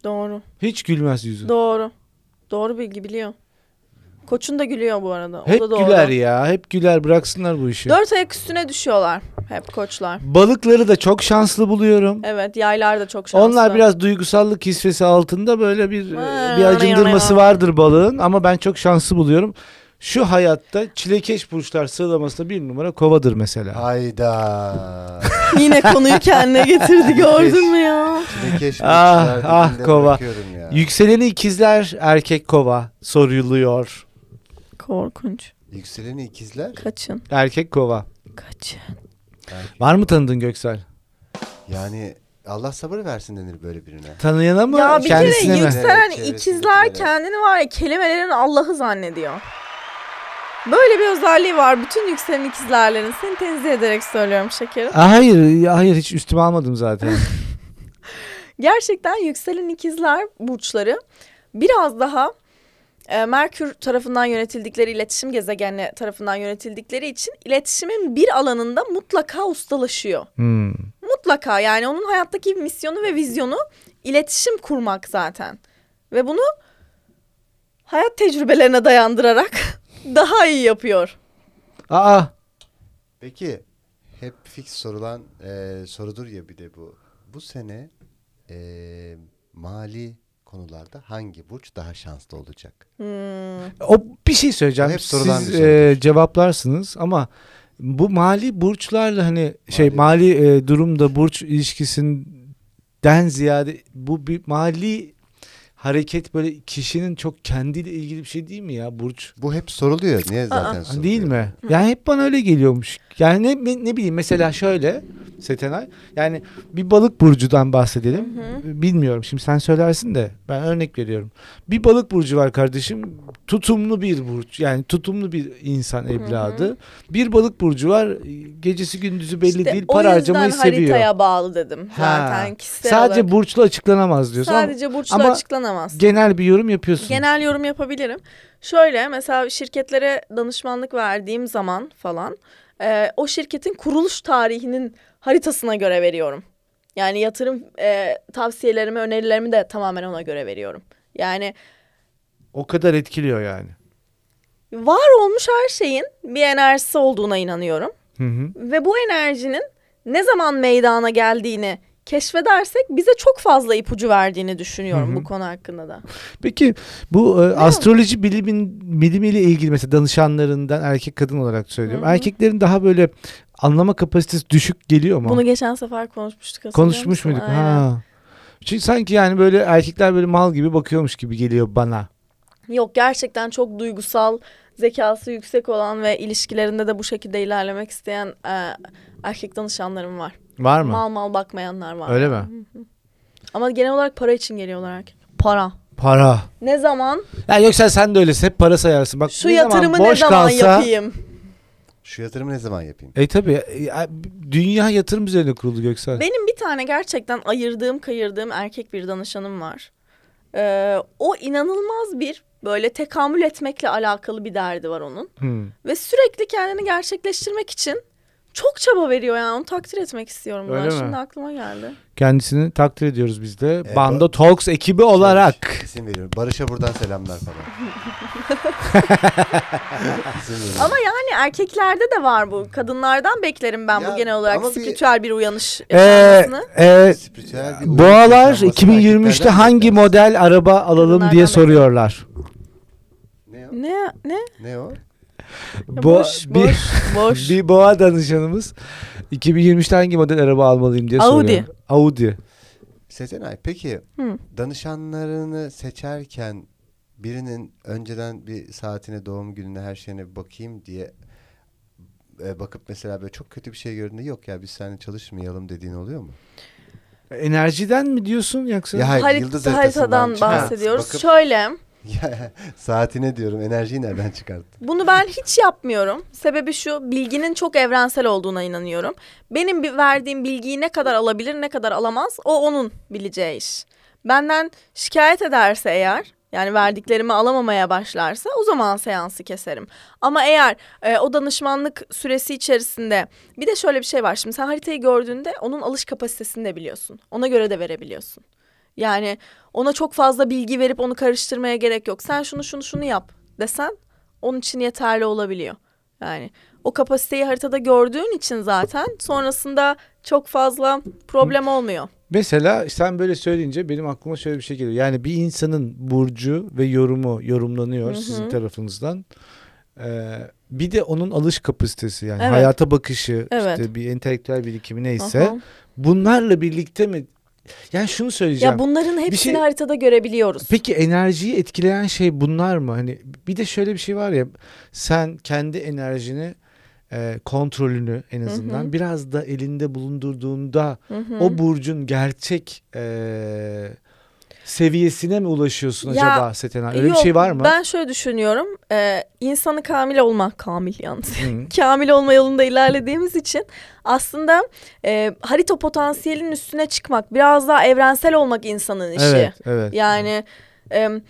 [SPEAKER 4] Doğru.
[SPEAKER 2] Hiç gülmez yüzü.
[SPEAKER 4] Doğru. Doğru bilgi biliyor. Koçun da gülüyor bu arada. O
[SPEAKER 2] hep
[SPEAKER 4] da doğru.
[SPEAKER 2] güler ya. Hep güler bıraksınlar bu işi.
[SPEAKER 4] Dört ayak üstüne düşüyorlar hep koçlar.
[SPEAKER 2] Balıkları da çok şanslı buluyorum.
[SPEAKER 4] Evet yaylar da çok şanslı.
[SPEAKER 2] Onlar biraz duygusallık kisvesi altında böyle bir
[SPEAKER 4] Ha,
[SPEAKER 2] e, bir acındırması
[SPEAKER 4] yana yana.
[SPEAKER 2] vardır balığın ama ben çok şanslı buluyorum. Şu hayatta çilekeş burçlar sıralamasında bir numara kovadır mesela.
[SPEAKER 3] Hayda.
[SPEAKER 4] Yine konuyu kendine getirdi gördün mü ya?
[SPEAKER 3] Çilekeş
[SPEAKER 2] Ah,
[SPEAKER 3] burçlar
[SPEAKER 2] ah,
[SPEAKER 3] dediğinde
[SPEAKER 2] kova.
[SPEAKER 3] bırakıyorum Ya.
[SPEAKER 2] Yükseleni ikizler erkek kova soruluyor.
[SPEAKER 4] Korkunç.
[SPEAKER 3] Yükseleni ikizler.
[SPEAKER 4] Kaçın.
[SPEAKER 2] Erkek kova.
[SPEAKER 4] Kaçın.
[SPEAKER 2] Var mı tanıdığın Göksel?
[SPEAKER 3] Yani Allah sabır versin denir böyle birine.
[SPEAKER 2] Tanıyana mı
[SPEAKER 4] ya bir
[SPEAKER 2] kendisine
[SPEAKER 4] kere
[SPEAKER 2] mi?
[SPEAKER 4] yükselen
[SPEAKER 3] Evet, çevresindekilere.
[SPEAKER 4] ikizler kendini var ya kelimelerin Allah'ı zannediyor. Böyle bir özelliği var. Bütün yükselen ikizlerlerin. Seni tenzih ederek söylüyorum şekerim.
[SPEAKER 2] Aa, Hayır, ya hayır hiç üstüme almadım zaten.
[SPEAKER 4] Gerçekten yükselen ikizler burçları biraz daha e, Merkür tarafından yönetildikleri iletişim gezegeni tarafından yönetildikleri için iletişimin bir alanında mutlaka ustalaşıyor.
[SPEAKER 2] Hmm.
[SPEAKER 4] Mutlaka yani onun hayattaki misyonu ve vizyonu iletişim kurmak zaten. Ve bunu hayat tecrübelerine dayandırarak daha iyi yapıyor.
[SPEAKER 2] Aa,
[SPEAKER 3] Peki hep fix sorulan e, sorudur ya bir de bu. Bu sene e, mali konularda hangi burç daha şanslı olacak?
[SPEAKER 4] Hmm.
[SPEAKER 2] o bir şey söyleyeceğim.
[SPEAKER 3] Hep sorulan bir şey.
[SPEAKER 2] Siz
[SPEAKER 3] sorudur.
[SPEAKER 2] e, cevaplarsınız ama bu mali burçlarla hani şey
[SPEAKER 3] Mali-
[SPEAKER 2] mali e, durumda burç ilişkisinden ziyade bu bir mali hareket böyle kişinin çok kendiyle ilgili bir şey değil mi ya burç?
[SPEAKER 3] Bu hep soruluyor. Niye zaten
[SPEAKER 2] Ha,
[SPEAKER 3] soruluyor?
[SPEAKER 2] Değil mi? Yani hep bana öyle geliyormuş. Yani ne, ne- ne bileyim mesela şöyle Setenay. Yani bir balık burcudan bahsedelim. Bilmiyorum şimdi sen söylersin de ben örnek veriyorum. Bir balık burcu var kardeşim. Tutumlu bir burç. Yani tutumlu bir insan evladı. Bir balık burcu var. Gecesi gündüzü belli
[SPEAKER 4] İşte
[SPEAKER 2] değil.
[SPEAKER 4] o
[SPEAKER 2] Para
[SPEAKER 4] yüzden
[SPEAKER 2] harcamayı seviyor.
[SPEAKER 4] haritaya bağlı dedim
[SPEAKER 2] Ha.
[SPEAKER 4] zaten kişisel
[SPEAKER 2] Sadece
[SPEAKER 4] olarak.
[SPEAKER 2] burçla açıklanamaz diyorsun ama
[SPEAKER 4] Sadece burçla
[SPEAKER 2] ama
[SPEAKER 4] açıklanamaz.
[SPEAKER 2] genel bir yorum yapıyorsun.
[SPEAKER 4] Genel yorum yapabilirim. Şöyle mesela şirketlere danışmanlık verdiğim zaman falan e, o şirketin kuruluş tarihinin haritasına göre veriyorum. Yani yatırım e, tavsiyelerimi, önerilerimi de tamamen ona göre veriyorum. Yani
[SPEAKER 2] O kadar etkiliyor yani.
[SPEAKER 4] var olmuş her şeyin bir enerjisi olduğuna inanıyorum.
[SPEAKER 2] Hı hı.
[SPEAKER 4] Ve bu enerjinin ne zaman meydana geldiğini keşfedersek bize çok fazla ipucu verdiğini düşünüyorum bu konu hakkında da.
[SPEAKER 2] Peki bu e, astroloji bilimin bilimiyle ilgili mesela danışanlarından erkek kadın olarak söylüyorum. Erkeklerin daha böyle anlama kapasitesi düşük geliyor mu?
[SPEAKER 4] Bunu geçen sefer konuşmuştuk aslında.
[SPEAKER 2] Konuşmuş muyduk? Ha. Çünkü sanki yani böyle erkekler böyle mal gibi bakıyormuş gibi geliyor bana.
[SPEAKER 4] Yok gerçekten çok duygusal, zekası yüksek olan ve ilişkilerinde de bu şekilde ilerlemek isteyen e, erkek danışanlarım var.
[SPEAKER 2] Var mı?
[SPEAKER 4] Mal mal bakmayanlar var.
[SPEAKER 2] Öyle mi?
[SPEAKER 4] Ama genel olarak para için geliyorlar erkek. Para.
[SPEAKER 2] Para.
[SPEAKER 4] Ne zaman
[SPEAKER 2] Ya yoksa sen de öylesin. Hep para sayarsın. Bak
[SPEAKER 4] şu
[SPEAKER 2] ne zaman
[SPEAKER 4] yatırımı ne
[SPEAKER 2] boş
[SPEAKER 4] zaman
[SPEAKER 2] kalsa-
[SPEAKER 4] yapayım?
[SPEAKER 3] Şu yatırımı ne zaman yapayım?
[SPEAKER 2] E tabi. Dünya yatırım üzerine kuruldu Göksel.
[SPEAKER 4] Benim bir tane gerçekten ayırdığım kayırdığım erkek bir danışanım var. E, o inanılmaz bir böyle tekamül etmekle alakalı bir derdi var onun.
[SPEAKER 2] Hmm.
[SPEAKER 4] Ve sürekli kendini gerçekleştirmek için çok çaba veriyor yani onu takdir etmek istiyorum. ben.
[SPEAKER 2] Öyle mi?
[SPEAKER 4] Şimdi aklıma geldi.
[SPEAKER 2] Kendisini takdir ediyoruz biz de.
[SPEAKER 3] ba-
[SPEAKER 2] Bando Talks ekibi olarak.
[SPEAKER 3] İsim veriyorum. Barış'a buradan selamlar falan. İsim veriyorum.
[SPEAKER 4] Ama yani erkeklerde de var bu. Kadınlardan beklerim ben
[SPEAKER 3] Ya,
[SPEAKER 4] bu genel olarak
[SPEAKER 3] ama bir-
[SPEAKER 4] spiritüel bir uyanış
[SPEAKER 2] Ee,
[SPEAKER 4] yaşanmasını.
[SPEAKER 2] e,
[SPEAKER 3] Spiritüel bir uyum
[SPEAKER 2] Boğalar
[SPEAKER 3] yaşanması
[SPEAKER 2] 2023'te
[SPEAKER 3] erkeklerden
[SPEAKER 2] hangi
[SPEAKER 3] beklenir.
[SPEAKER 2] model araba alalım
[SPEAKER 4] Kadınlardan
[SPEAKER 2] diye
[SPEAKER 4] bekliyorum.
[SPEAKER 2] soruyorlar.
[SPEAKER 3] Ne o?
[SPEAKER 4] Ne ne?
[SPEAKER 3] Ne o?
[SPEAKER 2] Bo-
[SPEAKER 4] boş,
[SPEAKER 2] bir,
[SPEAKER 4] boş, boş.
[SPEAKER 2] bir boğa danışanımız 2023'te hangi model araba almalıyım diye
[SPEAKER 4] Audi.
[SPEAKER 2] soruyor. Audi.
[SPEAKER 3] Sezenay peki
[SPEAKER 4] Hı.
[SPEAKER 3] danışanlarını seçerken birinin önceden bir saatine doğum gününe her şeyine bir bakayım diye e, bakıp mesela böyle çok kötü bir şey gördüğünde yok ya biz seninle çalışmayalım dediğin oluyor mu?
[SPEAKER 2] Enerjiden mi diyorsun yoksa?
[SPEAKER 3] Ya hayır,
[SPEAKER 4] Harit-
[SPEAKER 3] yıldız haritasından
[SPEAKER 4] haritadan bahsediyoruz.
[SPEAKER 3] Bakıp,
[SPEAKER 4] Şöyle
[SPEAKER 3] ya, saatine diyorum enerjiyi nereden çıkarttın?
[SPEAKER 4] bunu ben hiç yapmıyorum. Sebebi şu bilginin çok evrensel olduğuna inanıyorum. Benim bir verdiğim bilgiyi ne kadar alabilir ne kadar alamaz o onun bileceği iş. Benden şikayet ederse eğer yani verdiklerimi alamamaya başlarsa o zaman seansı keserim. Ama eğer e, o danışmanlık süresi içerisinde bir de şöyle bir şey var. Şimdi sen haritayı gördüğünde onun alış kapasitesini de biliyorsun. Ona göre de verebiliyorsun. Yani ona çok fazla bilgi verip onu karıştırmaya gerek yok. Sen şunu şunu şunu yap desen onun için yeterli olabiliyor. Yani o kapasiteyi haritada gördüğün için zaten sonrasında çok fazla problem olmuyor.
[SPEAKER 2] Mesela sen böyle söyleyince benim aklıma şöyle bir şey geliyor. Yani bir insanın burcu ve yorumu yorumlanıyor
[SPEAKER 4] Hı hı.
[SPEAKER 2] sizin tarafınızdan. Ee, bir de onun alış kapasitesi yani
[SPEAKER 4] Evet.
[SPEAKER 2] hayata bakışı
[SPEAKER 4] Evet.
[SPEAKER 2] işte bir entelektüel birikimi neyse.
[SPEAKER 4] Aha.
[SPEAKER 2] Bunlarla birlikte mi Yani şunu söyleyeceğim.
[SPEAKER 5] Ya bunların hepsini
[SPEAKER 2] şey-
[SPEAKER 5] haritada görebiliyoruz.
[SPEAKER 2] Peki enerjiyi etkileyen şey bunlar mı? Hani bir de şöyle bir şey var ya sen kendi enerjini e, kontrolünü en azından biraz da elinde bulundurduğunda o burcun gerçek e, seviyesine mi ulaşıyorsun
[SPEAKER 4] Ya,
[SPEAKER 2] acaba Setenay? Öyle
[SPEAKER 4] Yok,
[SPEAKER 2] bir şey var mı?
[SPEAKER 4] Ben şöyle düşünüyorum. Ee, insanı kamil olma, kamil yalnız.
[SPEAKER 2] Hı.
[SPEAKER 4] kamil olma yolunda ilerlediğimiz için aslında e, harita potansiyelinin üstüne çıkmak, biraz daha evrensel olmak insanın işi.
[SPEAKER 2] Evet, evet.
[SPEAKER 4] Yani em,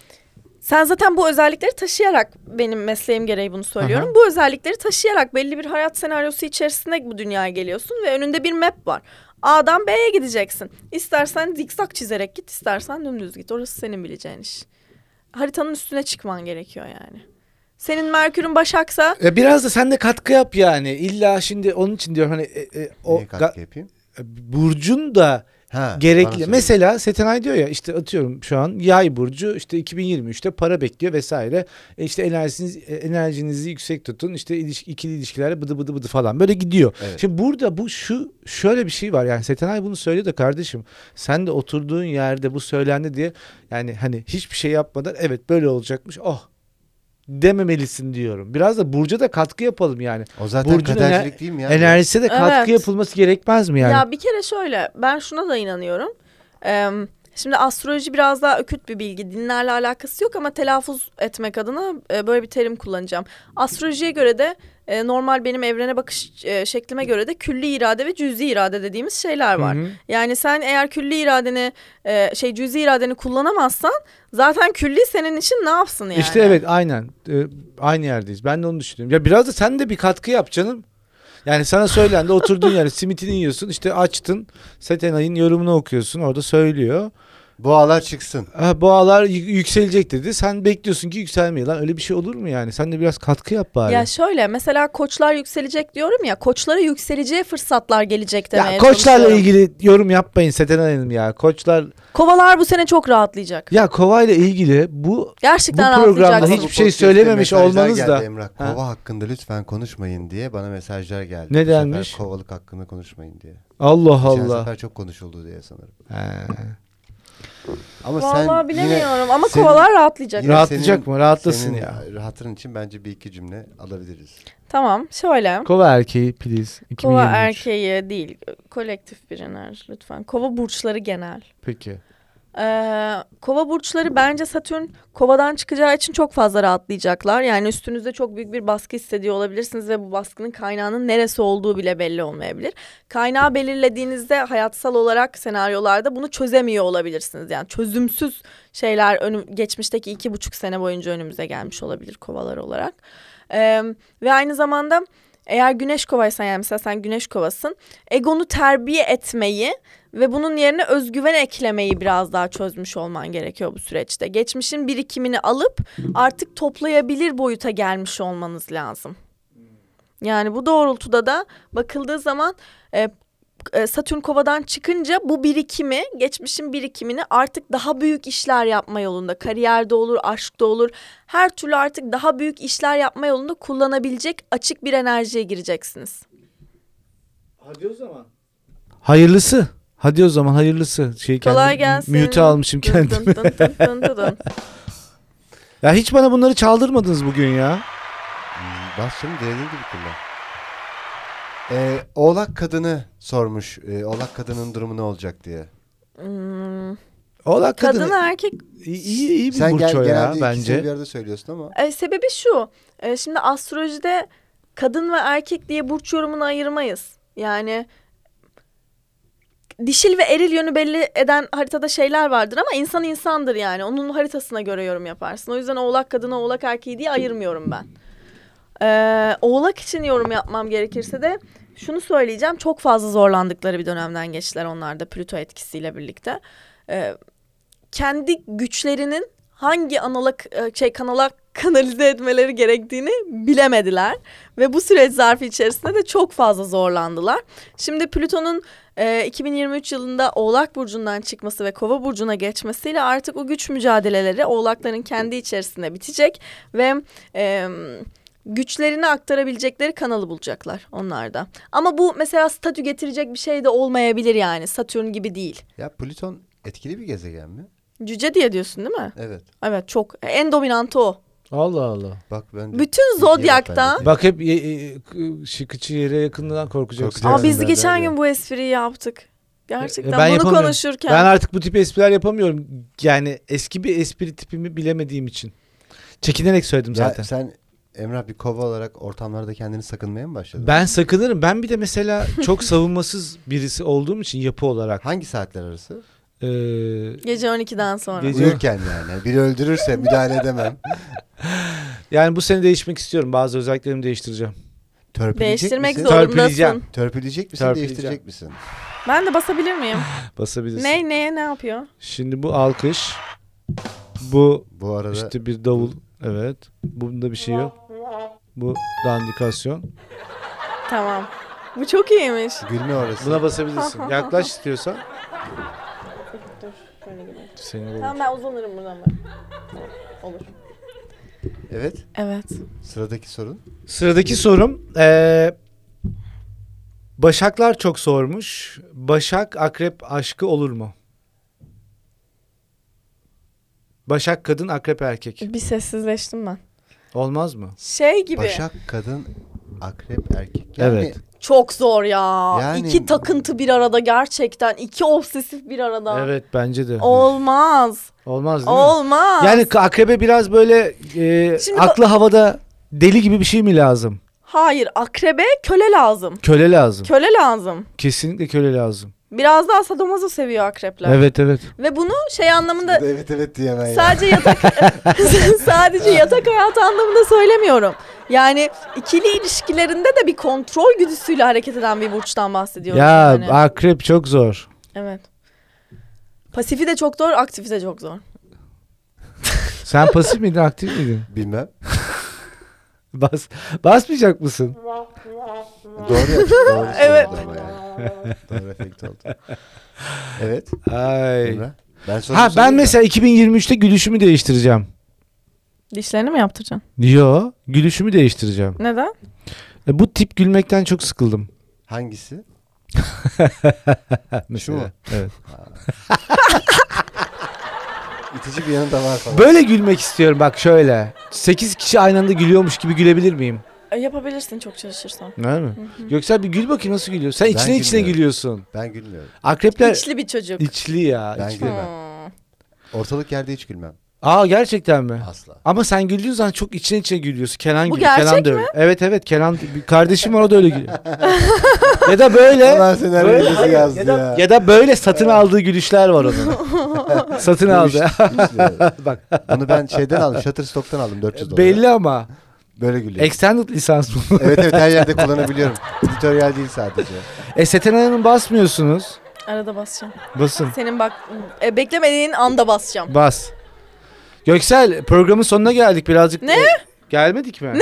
[SPEAKER 4] sen zaten bu özellikleri taşıyarak benim mesleğim gereği bunu söylüyorum. Bu özellikleri taşıyarak belli bir hayat senaryosu içerisinde bu dünyaya geliyorsun ve önünde bir map var. A'dan B'ye gideceksin. İstersen zikzak çizerek git, istersen dümdüz git. Orası senin bileceğin iş. Haritanın üstüne çıkman gerekiyor yani. Senin Merkür'ün Başak'sa
[SPEAKER 2] Ya biraz da sen de katkı yap yani. İlla şimdi onun için diyorum hani e, e, o
[SPEAKER 3] Niye katkı
[SPEAKER 2] ga-
[SPEAKER 3] yapayım?
[SPEAKER 2] burcun da
[SPEAKER 3] Ha, bana
[SPEAKER 2] gerekli.
[SPEAKER 3] söyle.
[SPEAKER 2] Mesela Setenay diyor ya işte atıyorum şu an yay burcu işte 2023'te para bekliyor vesaire. E işte enerjiniz, e, enerjinizi yüksek tutun işte iliş- ikili ilişkilerle bıdı bıdı bıdı falan böyle gidiyor.
[SPEAKER 3] Evet.
[SPEAKER 2] Şimdi burada bu şu şöyle bir şey var yani Setenay bunu söylüyor da kardeşim sen de oturduğun yerde bu söylendi diye yani hani hiçbir şey yapmadan evet böyle olacakmış oh dememelisin diyorum. Biraz da Burcu'ya da katkı yapalım yani.
[SPEAKER 3] O zaten
[SPEAKER 2] Burcu'nun
[SPEAKER 3] kadercilik değil mi ya?
[SPEAKER 2] Enerjisine de katkı
[SPEAKER 4] Evet.
[SPEAKER 2] yapılması gerekmez mi yani?
[SPEAKER 4] Ya bir kere şöyle ben şuna da inanıyorum. Eee, şimdi astroloji biraz daha öküt bir bilgi. Dinlerle alakası yok ama telaffuz etmek adına e, böyle bir terim kullanacağım. Astrolojiye göre de e, normal benim evrene bakış e, şeklime göre de külli irade ve cüzi irade dediğimiz şeyler var.
[SPEAKER 2] Hı hı.
[SPEAKER 4] Yani sen eğer külli iradeni e, şey cüzi iradeni kullanamazsan zaten külli senin için ne yapsın yani?
[SPEAKER 2] İşte evet aynen. Ee, aynı yerdeyiz. Ben de onu düşünüyorum. Ya biraz da sen de bir katkı yap canım. Yani sana söylendi oturduğun yerde simitini yiyorsun işte açtın Setenay'ın yorumunu okuyorsun orada söylüyor.
[SPEAKER 3] Boğalar çıksın.
[SPEAKER 2] Ha, boğalar y- yükselecek dedi sen bekliyorsun ki yükselmiyor lan öyle bir şey olur mu yani sen de biraz katkı yap bari.
[SPEAKER 4] Ya şöyle mesela koçlar yükselecek diyorum ya koçlara yükseleceği fırsatlar gelecek
[SPEAKER 2] Ya
[SPEAKER 4] demeye
[SPEAKER 2] koçlarla
[SPEAKER 4] çalışıyorum.
[SPEAKER 2] ilgili yorum yapmayın Setenay Hanım ya koçlar
[SPEAKER 4] Kovalar bu sene çok rahatlayacak.
[SPEAKER 2] ya kovayla ilgili bu
[SPEAKER 4] Gerçekten
[SPEAKER 2] Bu programda
[SPEAKER 4] rahatlayacaksın.
[SPEAKER 2] hiç-
[SPEAKER 3] Bu
[SPEAKER 2] Hiçbir şey
[SPEAKER 3] podcast'te
[SPEAKER 2] söylememiş
[SPEAKER 3] mesajlar
[SPEAKER 2] olmanız
[SPEAKER 3] geldi
[SPEAKER 2] da.
[SPEAKER 3] Emrah,
[SPEAKER 2] Ha.
[SPEAKER 3] kova hakkında lütfen konuşmayın diye bana mesajlar geldi.
[SPEAKER 2] Ne
[SPEAKER 3] Bu sefer
[SPEAKER 2] denmiş?
[SPEAKER 3] Kovalık hakkında konuşmayın diye.
[SPEAKER 2] Allah
[SPEAKER 3] Allah.
[SPEAKER 2] Allah.
[SPEAKER 3] sefer çok konuşuldu diye sanırım.
[SPEAKER 2] He.
[SPEAKER 3] Ama
[SPEAKER 4] Vallahi
[SPEAKER 3] sen
[SPEAKER 4] bilemiyorum
[SPEAKER 3] yine,
[SPEAKER 4] ama
[SPEAKER 3] senin-
[SPEAKER 4] kovalar rahatlayacak.
[SPEAKER 3] yine
[SPEAKER 2] Rahatlayacak mı? Rahatlasın
[SPEAKER 3] senin
[SPEAKER 2] ya.
[SPEAKER 3] Rahatın için bence bir iki cümle alabiliriz.
[SPEAKER 4] Tamam şöyle.
[SPEAKER 2] Kova erkeği please. 2023.
[SPEAKER 4] Kova erkeği değil. Kolektif bir enerji lütfen. Kova burçları genel.
[SPEAKER 2] Peki.
[SPEAKER 4] Ee, kova burçları bence Satürn kovadan çıkacağı için çok fazla rahatlayacaklar. Yani üstünüzde çok büyük bir baskı hissediyor olabilirsiniz ve bu baskının kaynağının neresi olduğu bile belli olmayabilir. Kaynağı belirlediğinizde hayatsal olarak senaryolarda bunu çözemiyor olabilirsiniz. Yani çözümsüz şeyler önüm, geçmişteki iki buçuk sene boyunca önümüze gelmiş olabilir kovalar olarak. Ee, ve aynı zamanda eğer güneş kovaysan yani mesela sen güneş kovasın egonu terbiye etmeyi ve bunun yerine özgüven eklemeyi biraz daha çözmüş olman gerekiyor bu süreçte. Geçmişin birikimini alıp artık toplayabilir boyuta gelmiş olmanız lazım. Yani bu doğrultuda da bakıldığı zaman e, e, Satürn kovadan çıkınca bu birikimi, geçmişin birikimini artık daha büyük işler yapma yolunda, kariyerde olur, aşkta olur, her türlü artık daha büyük işler yapma yolunda kullanabilecek açık bir enerjiye gireceksiniz.
[SPEAKER 2] Hadi o zaman. Hayırlısı. Hadi o zaman hayırlısı. Şey kendim-
[SPEAKER 4] Kolay gelsin.
[SPEAKER 2] Mute'e almışım
[SPEAKER 4] Dın
[SPEAKER 2] kendimi.
[SPEAKER 4] dın dın dın dın dın.
[SPEAKER 2] ya hiç bana bunları çaldırmadınız bugün ya.
[SPEAKER 3] Hmm, Bas şimdi dediğin gibi kullan. Ee, oğlak kadını sormuş. Ee, oğlak kadının durumu ne olacak diye.
[SPEAKER 4] Hmm.
[SPEAKER 2] Oğlak kadın. e-
[SPEAKER 4] Kadın erkek
[SPEAKER 2] İyi, iyi, iyi bir
[SPEAKER 3] Sen gel-
[SPEAKER 2] burço ya
[SPEAKER 3] genelde ikisini bir
[SPEAKER 2] bence.
[SPEAKER 3] arada söylüyorsun ama.
[SPEAKER 4] E, sebebi şu. E, şimdi astrolojide kadın ve erkek diye burç yorumunu ayırmayız. Yani dişil ve eril yönü belli eden haritada şeyler vardır ama insan insandır yani. Onun haritasına göre yorum yaparsın. O yüzden oğlak kadını oğlak erkeği diye ayırmıyorum ben. E, oğlak için yorum yapmam gerekirse de şunu söyleyeceğim. Çok fazla zorlandıkları bir dönemden geçtiler onlar da Plüto etkisiyle birlikte. E, kendi güçlerinin hangi anala e, şey kanala kanalize etmeleri gerektiğini bilemediler ve bu süreç zarfı içerisinde de çok fazla zorlandılar. Şimdi Plüton'un e, 2023 yılında Oğlak burcundan çıkması ve Kova burcuna geçmesiyle artık o güç mücadeleleri Oğlakların kendi içerisinde bitecek ve e, güçlerini aktarabilecekleri kanalı bulacaklar onlar da. Ama bu mesela statü getirecek bir şey de olmayabilir yani. Satürn gibi değil.
[SPEAKER 3] Ya Plüton etkili bir gezegen mi?
[SPEAKER 4] Cüce diye diyorsun değil mi?
[SPEAKER 3] Evet.
[SPEAKER 4] Evet çok. En dominantı o.
[SPEAKER 2] Allah Allah.
[SPEAKER 3] Bak ben de
[SPEAKER 4] Bütün zodyakta.
[SPEAKER 3] Bak,
[SPEAKER 2] Bak hep e, e, k- şu kıçı yere yakından korkacaksın.
[SPEAKER 3] Korkacaksın.
[SPEAKER 4] Aa,
[SPEAKER 3] Abi
[SPEAKER 4] biz
[SPEAKER 3] ben
[SPEAKER 4] geçen
[SPEAKER 3] öyle.
[SPEAKER 4] gün bu espriyi yaptık. Gerçekten
[SPEAKER 2] E, ben
[SPEAKER 4] bunu
[SPEAKER 2] yapamıyorum.
[SPEAKER 4] konuşurken.
[SPEAKER 2] Ben artık bu tip espriler yapamıyorum. Yani eski bir espri tipimi bilemediğim için. Çekinerek söyledim
[SPEAKER 3] Ya
[SPEAKER 2] zaten.
[SPEAKER 3] sen Emrah bir kova olarak ortamlarda kendini sakınmaya mı başladın?
[SPEAKER 2] Ben sakınırım. Ben bir de mesela çok savunmasız birisi olduğum için yapı olarak.
[SPEAKER 3] Hangi saatler arası?
[SPEAKER 2] Ee,
[SPEAKER 4] Gece 12'den sonra.
[SPEAKER 2] Gece-
[SPEAKER 3] Uyurken yani. Biri öldürürse müdahale edemem.
[SPEAKER 2] yani bu sene değişmek istiyorum. Bazı özelliklerimi değiştireceğim.
[SPEAKER 3] Törpüleyecek
[SPEAKER 4] Değiştirmek
[SPEAKER 3] misin?
[SPEAKER 2] şey Törpüleyeceğim.
[SPEAKER 4] zorundasın.
[SPEAKER 3] Törpüleyecek misin,
[SPEAKER 2] Törpüleyeceğim.
[SPEAKER 3] değiştirecek misin?
[SPEAKER 4] Ben de basabilir miyim?
[SPEAKER 2] Basabilirsin.
[SPEAKER 4] ne neye ne yapıyor?
[SPEAKER 2] Şimdi bu alkış. Bu
[SPEAKER 3] Bu arada
[SPEAKER 2] işte bir davul. Evet. Bunda bir şey yok. Bu dandikasyon.
[SPEAKER 4] Tamam. Bu çok iyiymiş.
[SPEAKER 3] gülme orası.
[SPEAKER 2] Buna basabilirsin. Yaklaş istiyorsan. Seni vurur.
[SPEAKER 4] Tamam ben uzanırım buradan bak. Olur.
[SPEAKER 3] Evet.
[SPEAKER 4] Evet.
[SPEAKER 3] Sıradaki sorun.
[SPEAKER 2] Sıradaki sorum eee, Başaklar çok sormuş. Başak akrep aşkı olur mu? Başak kadın akrep erkek.
[SPEAKER 4] Bir sessizleştim ben.
[SPEAKER 2] Olmaz mı?
[SPEAKER 4] Şey gibi.
[SPEAKER 3] Başak kadın, akrep erkek. Yani
[SPEAKER 2] Evet.
[SPEAKER 4] Çok zor ya.
[SPEAKER 3] Yani-
[SPEAKER 4] İki takıntı bir arada gerçekten. iki obsesif bir arada.
[SPEAKER 2] Evet bence de.
[SPEAKER 4] Olmaz.
[SPEAKER 2] Olmaz değil mi?
[SPEAKER 4] Olmaz.
[SPEAKER 2] Yani k- akrebe biraz böyle eee,
[SPEAKER 4] Şimdi bu-
[SPEAKER 2] aklı havada deli gibi bir şey mi lazım?
[SPEAKER 4] Hayır akrebe köle lazım.
[SPEAKER 2] Köle lazım.
[SPEAKER 4] Köle lazım.
[SPEAKER 2] Kesinlikle köle lazım.
[SPEAKER 4] Biraz daha sadomaso seviyor akrepler.
[SPEAKER 2] Evet evet.
[SPEAKER 4] Ve bunu şey anlamında
[SPEAKER 3] Evet evet diyemem ya.
[SPEAKER 4] sadece yatak sadece yatak hayatı anlamında söylemiyorum. Yani ikili ilişkilerinde de bir kontrol güdüsüyle hareket eden bir burçtan bahsediyorum.
[SPEAKER 2] Ya
[SPEAKER 4] yani.
[SPEAKER 2] akrep çok zor.
[SPEAKER 4] evet. Pasifi de çok zor, aktifi de çok zor.
[SPEAKER 2] Sen pasif miydin aktif miydin?
[SPEAKER 3] Bilmem.
[SPEAKER 2] Bas, basmayacak mısın?
[SPEAKER 3] Doğru yaptın. Doğru
[SPEAKER 4] Evet.
[SPEAKER 3] evet. Ama yani. Doğru efekt oldu. Evet.
[SPEAKER 2] Ay.
[SPEAKER 3] Emrah. Ben sorumu
[SPEAKER 2] Ha ben
[SPEAKER 3] sorayım da.
[SPEAKER 2] mesela 2023'te gülüşümü değiştireceğim.
[SPEAKER 4] Dişlerini mi yaptıracaksın?
[SPEAKER 2] Yo, gülüşümü değiştireceğim.
[SPEAKER 4] Neden?
[SPEAKER 2] E, bu tip gülmekten çok sıkıldım.
[SPEAKER 3] Hangisi?
[SPEAKER 2] Mesela.
[SPEAKER 3] mu?
[SPEAKER 2] Evet.
[SPEAKER 3] İtici bir yanı da var falan.
[SPEAKER 2] Böyle gülmek istiyorum bak şöyle. 8 kişi aynı anda gülüyormuş gibi gülebilir miyim?
[SPEAKER 4] yapabilirsin çok çalışırsan.
[SPEAKER 2] Değil mi? Göksel bir gül bakayım nasıl gülüyor. Sen
[SPEAKER 3] Ben
[SPEAKER 2] içine içine
[SPEAKER 3] gülmüyorum.
[SPEAKER 2] gülüyorsun.
[SPEAKER 3] Ben gülmüyorum.
[SPEAKER 2] Akrepler içli,
[SPEAKER 4] İçli bir çocuk. Hmm.
[SPEAKER 2] ya.
[SPEAKER 3] Ben
[SPEAKER 2] içli.
[SPEAKER 3] gülmem. Ortalık yerde hiç gülmem.
[SPEAKER 2] Aa gerçekten mi?
[SPEAKER 3] Asla.
[SPEAKER 2] Ama sen güldüğün zaman çok içine içine gülüyorsun. Kenan
[SPEAKER 4] Bu
[SPEAKER 2] gibi. Kenan
[SPEAKER 4] gerçek
[SPEAKER 2] da öyle. Evet evet Kenan bir kardeşim var o da öyle gülüyor. ya da böyle.
[SPEAKER 3] Allah senaryosu yazdı ya. ya.
[SPEAKER 2] Ya da böyle satın aldığı gülüşler var onun. satın aldı. Bak
[SPEAKER 3] Bunu ben şeyden aldım. Shutterstock'tan aldım 400 dolara.
[SPEAKER 2] belli ama.
[SPEAKER 3] Böyle gülüyor.
[SPEAKER 2] Extended lisans bu.
[SPEAKER 3] evet evet her yerde kullanabiliyorum. Editoryal değil sadece.
[SPEAKER 2] e Seten Hanım basmıyorsunuz.
[SPEAKER 4] Arada basacağım.
[SPEAKER 2] Basın.
[SPEAKER 4] Senin bak e, beklemediğin anda basacağım.
[SPEAKER 2] Bas. Göksel programın sonuna geldik birazcık.
[SPEAKER 4] Ne?
[SPEAKER 2] E, gelmedik mi? Ne?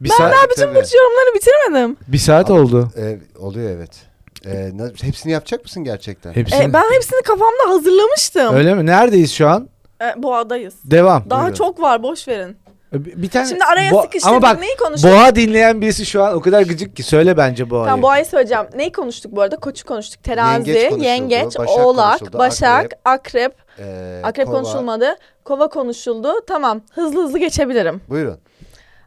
[SPEAKER 2] Bir, saat,
[SPEAKER 3] Tabii.
[SPEAKER 4] Burç yorumlarını bitirmedim.
[SPEAKER 2] bir saat oldu.
[SPEAKER 3] Ee, oluyor evet. Ee, na- hepsini yapacak mısın gerçekten?
[SPEAKER 2] Hepsini.
[SPEAKER 4] E, ben hepsini kafamda hazırlamıştım.
[SPEAKER 2] Öyle mi? Neredeyiz şu an?
[SPEAKER 4] E, boğadayız.
[SPEAKER 2] Devam.
[SPEAKER 4] Daha
[SPEAKER 3] Buyurun.
[SPEAKER 4] çok var boş verin.
[SPEAKER 2] E, Bir bir tane.
[SPEAKER 4] Şimdi araya
[SPEAKER 2] Bo-
[SPEAKER 4] sıkıştırdık.
[SPEAKER 2] Ama bak
[SPEAKER 4] Neyi konuştuk?
[SPEAKER 2] Boğa dinleyen birisi şu an o kadar gıcık ki söyle bence Boğa'yı.
[SPEAKER 4] Tamam Boğa'yı söyleyeceğim. Neyi konuştuk bu arada? Koçu konuştuk. Terazi,
[SPEAKER 3] Yengeç
[SPEAKER 4] yengeç,
[SPEAKER 3] konuşuldu, Başak
[SPEAKER 4] oğlak,
[SPEAKER 3] konuşuldu,
[SPEAKER 4] başak, akrep,
[SPEAKER 3] akrep,
[SPEAKER 4] akrep,
[SPEAKER 3] Ee, kova-
[SPEAKER 4] konuşulmadı. Kova konuşuldu. Tamam hızlı hızlı geçebilirim.
[SPEAKER 3] Buyurun.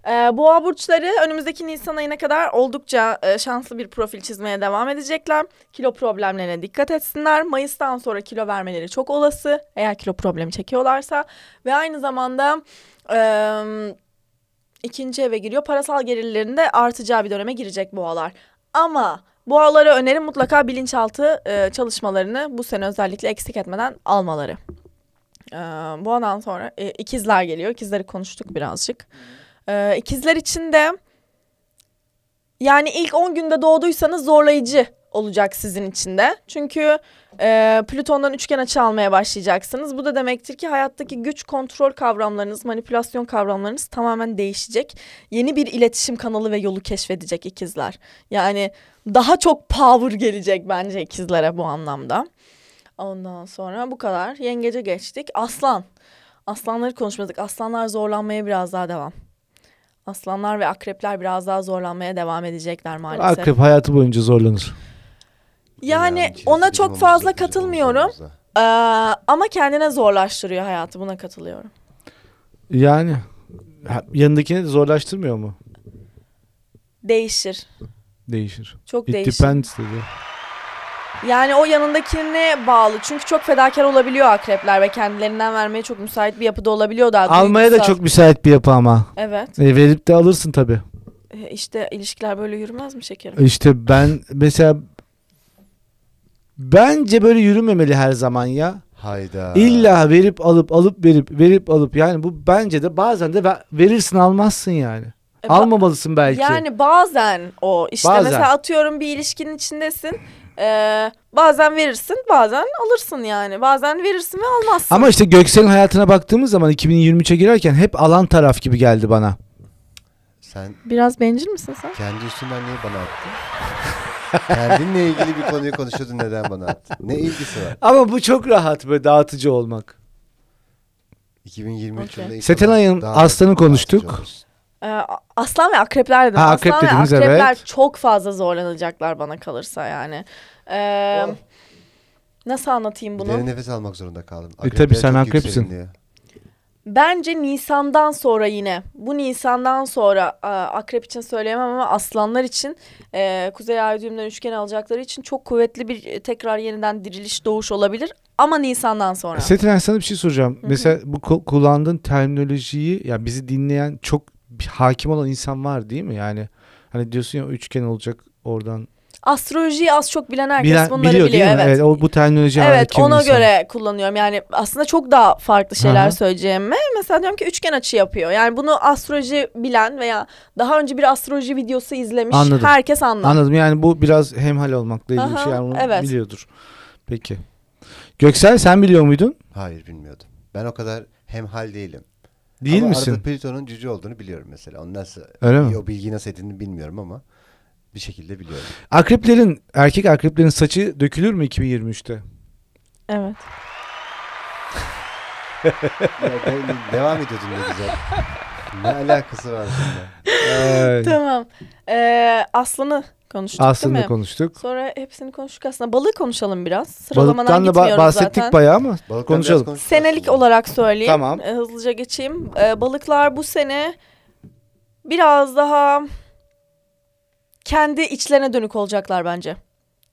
[SPEAKER 4] Ee, boğa burçları önümüzdeki Nisan ayına kadar oldukça e, şanslı bir profil çizmeye devam edecekler. Kilo problemlerine dikkat etsinler. Mayıs'tan sonra kilo vermeleri çok olası eğer kilo problemi çekiyorlarsa ve aynı zamanda e, ikinci eve giriyor. Parasal gelirlerin de artacağı bir döneme girecek boğalar. Ama boğalara önerim mutlaka bilinçaltı e, çalışmalarını bu sene özellikle eksik etmeden almaları. Ee, boğadan sonra e, ikizler geliyor. İkizleri konuştuk birazcık. Ee, ikizler için de yani ilk 10 günde doğduysanız zorlayıcı olacak sizin için de. Çünkü e, Plüton'dan üçgen açı almaya başlayacaksınız. Bu da demektir ki hayattaki güç kontrol kavramlarınız, manipülasyon kavramlarınız tamamen değişecek. Yeni bir iletişim kanalı ve yolu keşfedecek ikizler. Yani daha çok power gelecek bence ikizlere bu anlamda. Ondan sonra bu kadar. Yengece geçtik. Aslan. Aslanları konuşmadık. Aslanlar zorlanmaya biraz daha devam. Aslanlar ve akrepler biraz daha zorlanmaya devam edecekler maalesef.
[SPEAKER 2] Akrep hayatı boyunca zorlanır.
[SPEAKER 4] Yani
[SPEAKER 3] Dünyanın içerisinde
[SPEAKER 4] ona çok
[SPEAKER 3] olmamız
[SPEAKER 4] fazla
[SPEAKER 3] gerekecek
[SPEAKER 4] katılmıyorum.
[SPEAKER 3] olmamız da.
[SPEAKER 4] Ee, ama kendine zorlaştırıyor hayatı buna katılıyorum.
[SPEAKER 2] Yani ha, yanındakini de zorlaştırmıyor mu?
[SPEAKER 4] Değişir.
[SPEAKER 2] Değişir.
[SPEAKER 4] Çok
[SPEAKER 2] It
[SPEAKER 4] değişir.
[SPEAKER 2] depends dedi.
[SPEAKER 4] Yani o yanındakine bağlı. Çünkü çok fedakar olabiliyor akrepler ve kendilerinden vermeye çok müsait bir yapıda olabiliyor daha.
[SPEAKER 2] Almaya da
[SPEAKER 4] duygusal.
[SPEAKER 2] çok müsait bir yapı ama.
[SPEAKER 4] Evet.
[SPEAKER 2] E, verip de alırsın tabii.
[SPEAKER 4] E, İşte ilişkiler böyle yürümez mi şekerim?
[SPEAKER 2] İşte ben mesela bence böyle yürümemeli her zaman ya.
[SPEAKER 3] Hayda.
[SPEAKER 2] İlla verip alıp alıp verip verip alıp yani bu bence de bazen de ver- verirsin almazsın yani.
[SPEAKER 4] E, ba-
[SPEAKER 2] Almamalısın belki.
[SPEAKER 4] Yani bazen o işte
[SPEAKER 2] Bazen.
[SPEAKER 4] mesela atıyorum bir ilişkinin içindesin. Ee, bazen verirsin bazen alırsın yani. Bazen verirsin ve almazsın.
[SPEAKER 2] Ama işte Göksel'in hayatına baktığımız zaman 2023'e girerken hep alan taraf gibi geldi bana.
[SPEAKER 3] Sen
[SPEAKER 4] Biraz bencil misin sen?
[SPEAKER 3] kendi üstünden niye bana attın? Kendinle ilgili bir konuyu konuşuyordun neden bana attın? Ne ilgisi var?
[SPEAKER 2] Ama bu çok rahat böyle dağıtıcı olmak.
[SPEAKER 3] 2023
[SPEAKER 4] Okey.
[SPEAKER 3] yılında ilk
[SPEAKER 2] Seten
[SPEAKER 3] olarak
[SPEAKER 2] Ay'ın
[SPEAKER 3] daha
[SPEAKER 2] Aslan'ı
[SPEAKER 3] rahatsız
[SPEAKER 2] konuştuk.
[SPEAKER 3] oluruz.
[SPEAKER 4] Ee, a- aslan ve akrepler dedim.
[SPEAKER 2] Ha,
[SPEAKER 4] aslan
[SPEAKER 2] akrep
[SPEAKER 4] ve
[SPEAKER 2] dediniz,
[SPEAKER 4] akrepler
[SPEAKER 2] evet.
[SPEAKER 4] çok fazla zorlanacaklar bana kalırsa yani. Ee,
[SPEAKER 3] Oh.
[SPEAKER 4] Nasıl anlatayım
[SPEAKER 3] Bir
[SPEAKER 4] bunu?
[SPEAKER 3] derin nefes almak zorunda kaldım.
[SPEAKER 2] E, tabii
[SPEAKER 3] Akrepler
[SPEAKER 2] sen
[SPEAKER 3] çok
[SPEAKER 2] akrepsin.
[SPEAKER 3] yükseliniyor.
[SPEAKER 4] Bence Nisan'dan sonra yine bu Nisan'dan sonra a, akrep için söyleyemem ama aslanlar için e, Kuzey Ay düğümden üçgen alacakları için çok kuvvetli bir e, tekrar yeniden diriliş doğuş olabilir ama Nisan'dan sonra.
[SPEAKER 2] Setin sana bir şey soracağım. Mesela bu ku- kullandığın terminolojiyi ya bizi dinleyen çok bir hakim olan insan var değil mi? Yani hani diyorsun ya üçgen olacak oradan.
[SPEAKER 4] Astrolojiyi az çok bilen herkes
[SPEAKER 2] Bilen-
[SPEAKER 4] bunları
[SPEAKER 2] biliyor,
[SPEAKER 4] biliyor,
[SPEAKER 2] değil mi?
[SPEAKER 4] evet.
[SPEAKER 2] Evet, o bu terminoloji
[SPEAKER 4] Evet
[SPEAKER 2] hakim
[SPEAKER 4] ona
[SPEAKER 2] insan.
[SPEAKER 4] göre kullanıyorum. Yani aslında çok daha farklı şeyler
[SPEAKER 2] Aha.
[SPEAKER 4] söyleyeceğime. Mesela diyorum ki üçgen açı yapıyor. Yani bunu astroloji bilen veya daha önce bir astroloji videosu izlemiş
[SPEAKER 2] Anladım.
[SPEAKER 4] herkes anlar.
[SPEAKER 2] Anladım yani bu biraz hemhal olmakla ilgili bir
[SPEAKER 4] Aha,
[SPEAKER 2] şey. Yani onu
[SPEAKER 4] evet.
[SPEAKER 2] biliyordur. Peki. Göksel sen biliyor muydun?
[SPEAKER 3] Hayır bilmiyordum. Ben o kadar hemhal değilim.
[SPEAKER 2] Değil
[SPEAKER 3] ama
[SPEAKER 2] misin?
[SPEAKER 3] Arada Plüton'un cüce olduğunu biliyorum mesela. Onu nasıl,
[SPEAKER 2] Öyle mi?
[SPEAKER 3] o bilgiyi nasıl edindim bilmiyorum ama bir şekilde biliyorum.
[SPEAKER 2] Akreplerin, erkek akreplerin saçı dökülür mü 2023'te?
[SPEAKER 4] Evet.
[SPEAKER 3] Ya, de- devam ediyordun ne güzel. Ne alakası var şimdi?
[SPEAKER 2] Ay,
[SPEAKER 4] Tamam. Ee, aslanı konuştuk
[SPEAKER 2] Aslında
[SPEAKER 4] değil mi?
[SPEAKER 2] konuştuk.
[SPEAKER 4] Sonra hepsini konuştuk aslında. Balığı konuşalım biraz. Sıralamadan
[SPEAKER 2] Balıktan da
[SPEAKER 4] gitmiyoruz
[SPEAKER 2] ba- bahsettik
[SPEAKER 4] zaten.
[SPEAKER 2] bayağı ama
[SPEAKER 3] Balıktan
[SPEAKER 2] Konuşalım.
[SPEAKER 3] biraz konuştuk
[SPEAKER 4] Senelik
[SPEAKER 3] aslında.
[SPEAKER 4] olarak söyleyeyim.
[SPEAKER 2] Tamam.
[SPEAKER 4] Ee, hızlıca geçeyim. Ee, balıklar bu sene biraz daha kendi içlerine dönük olacaklar bence.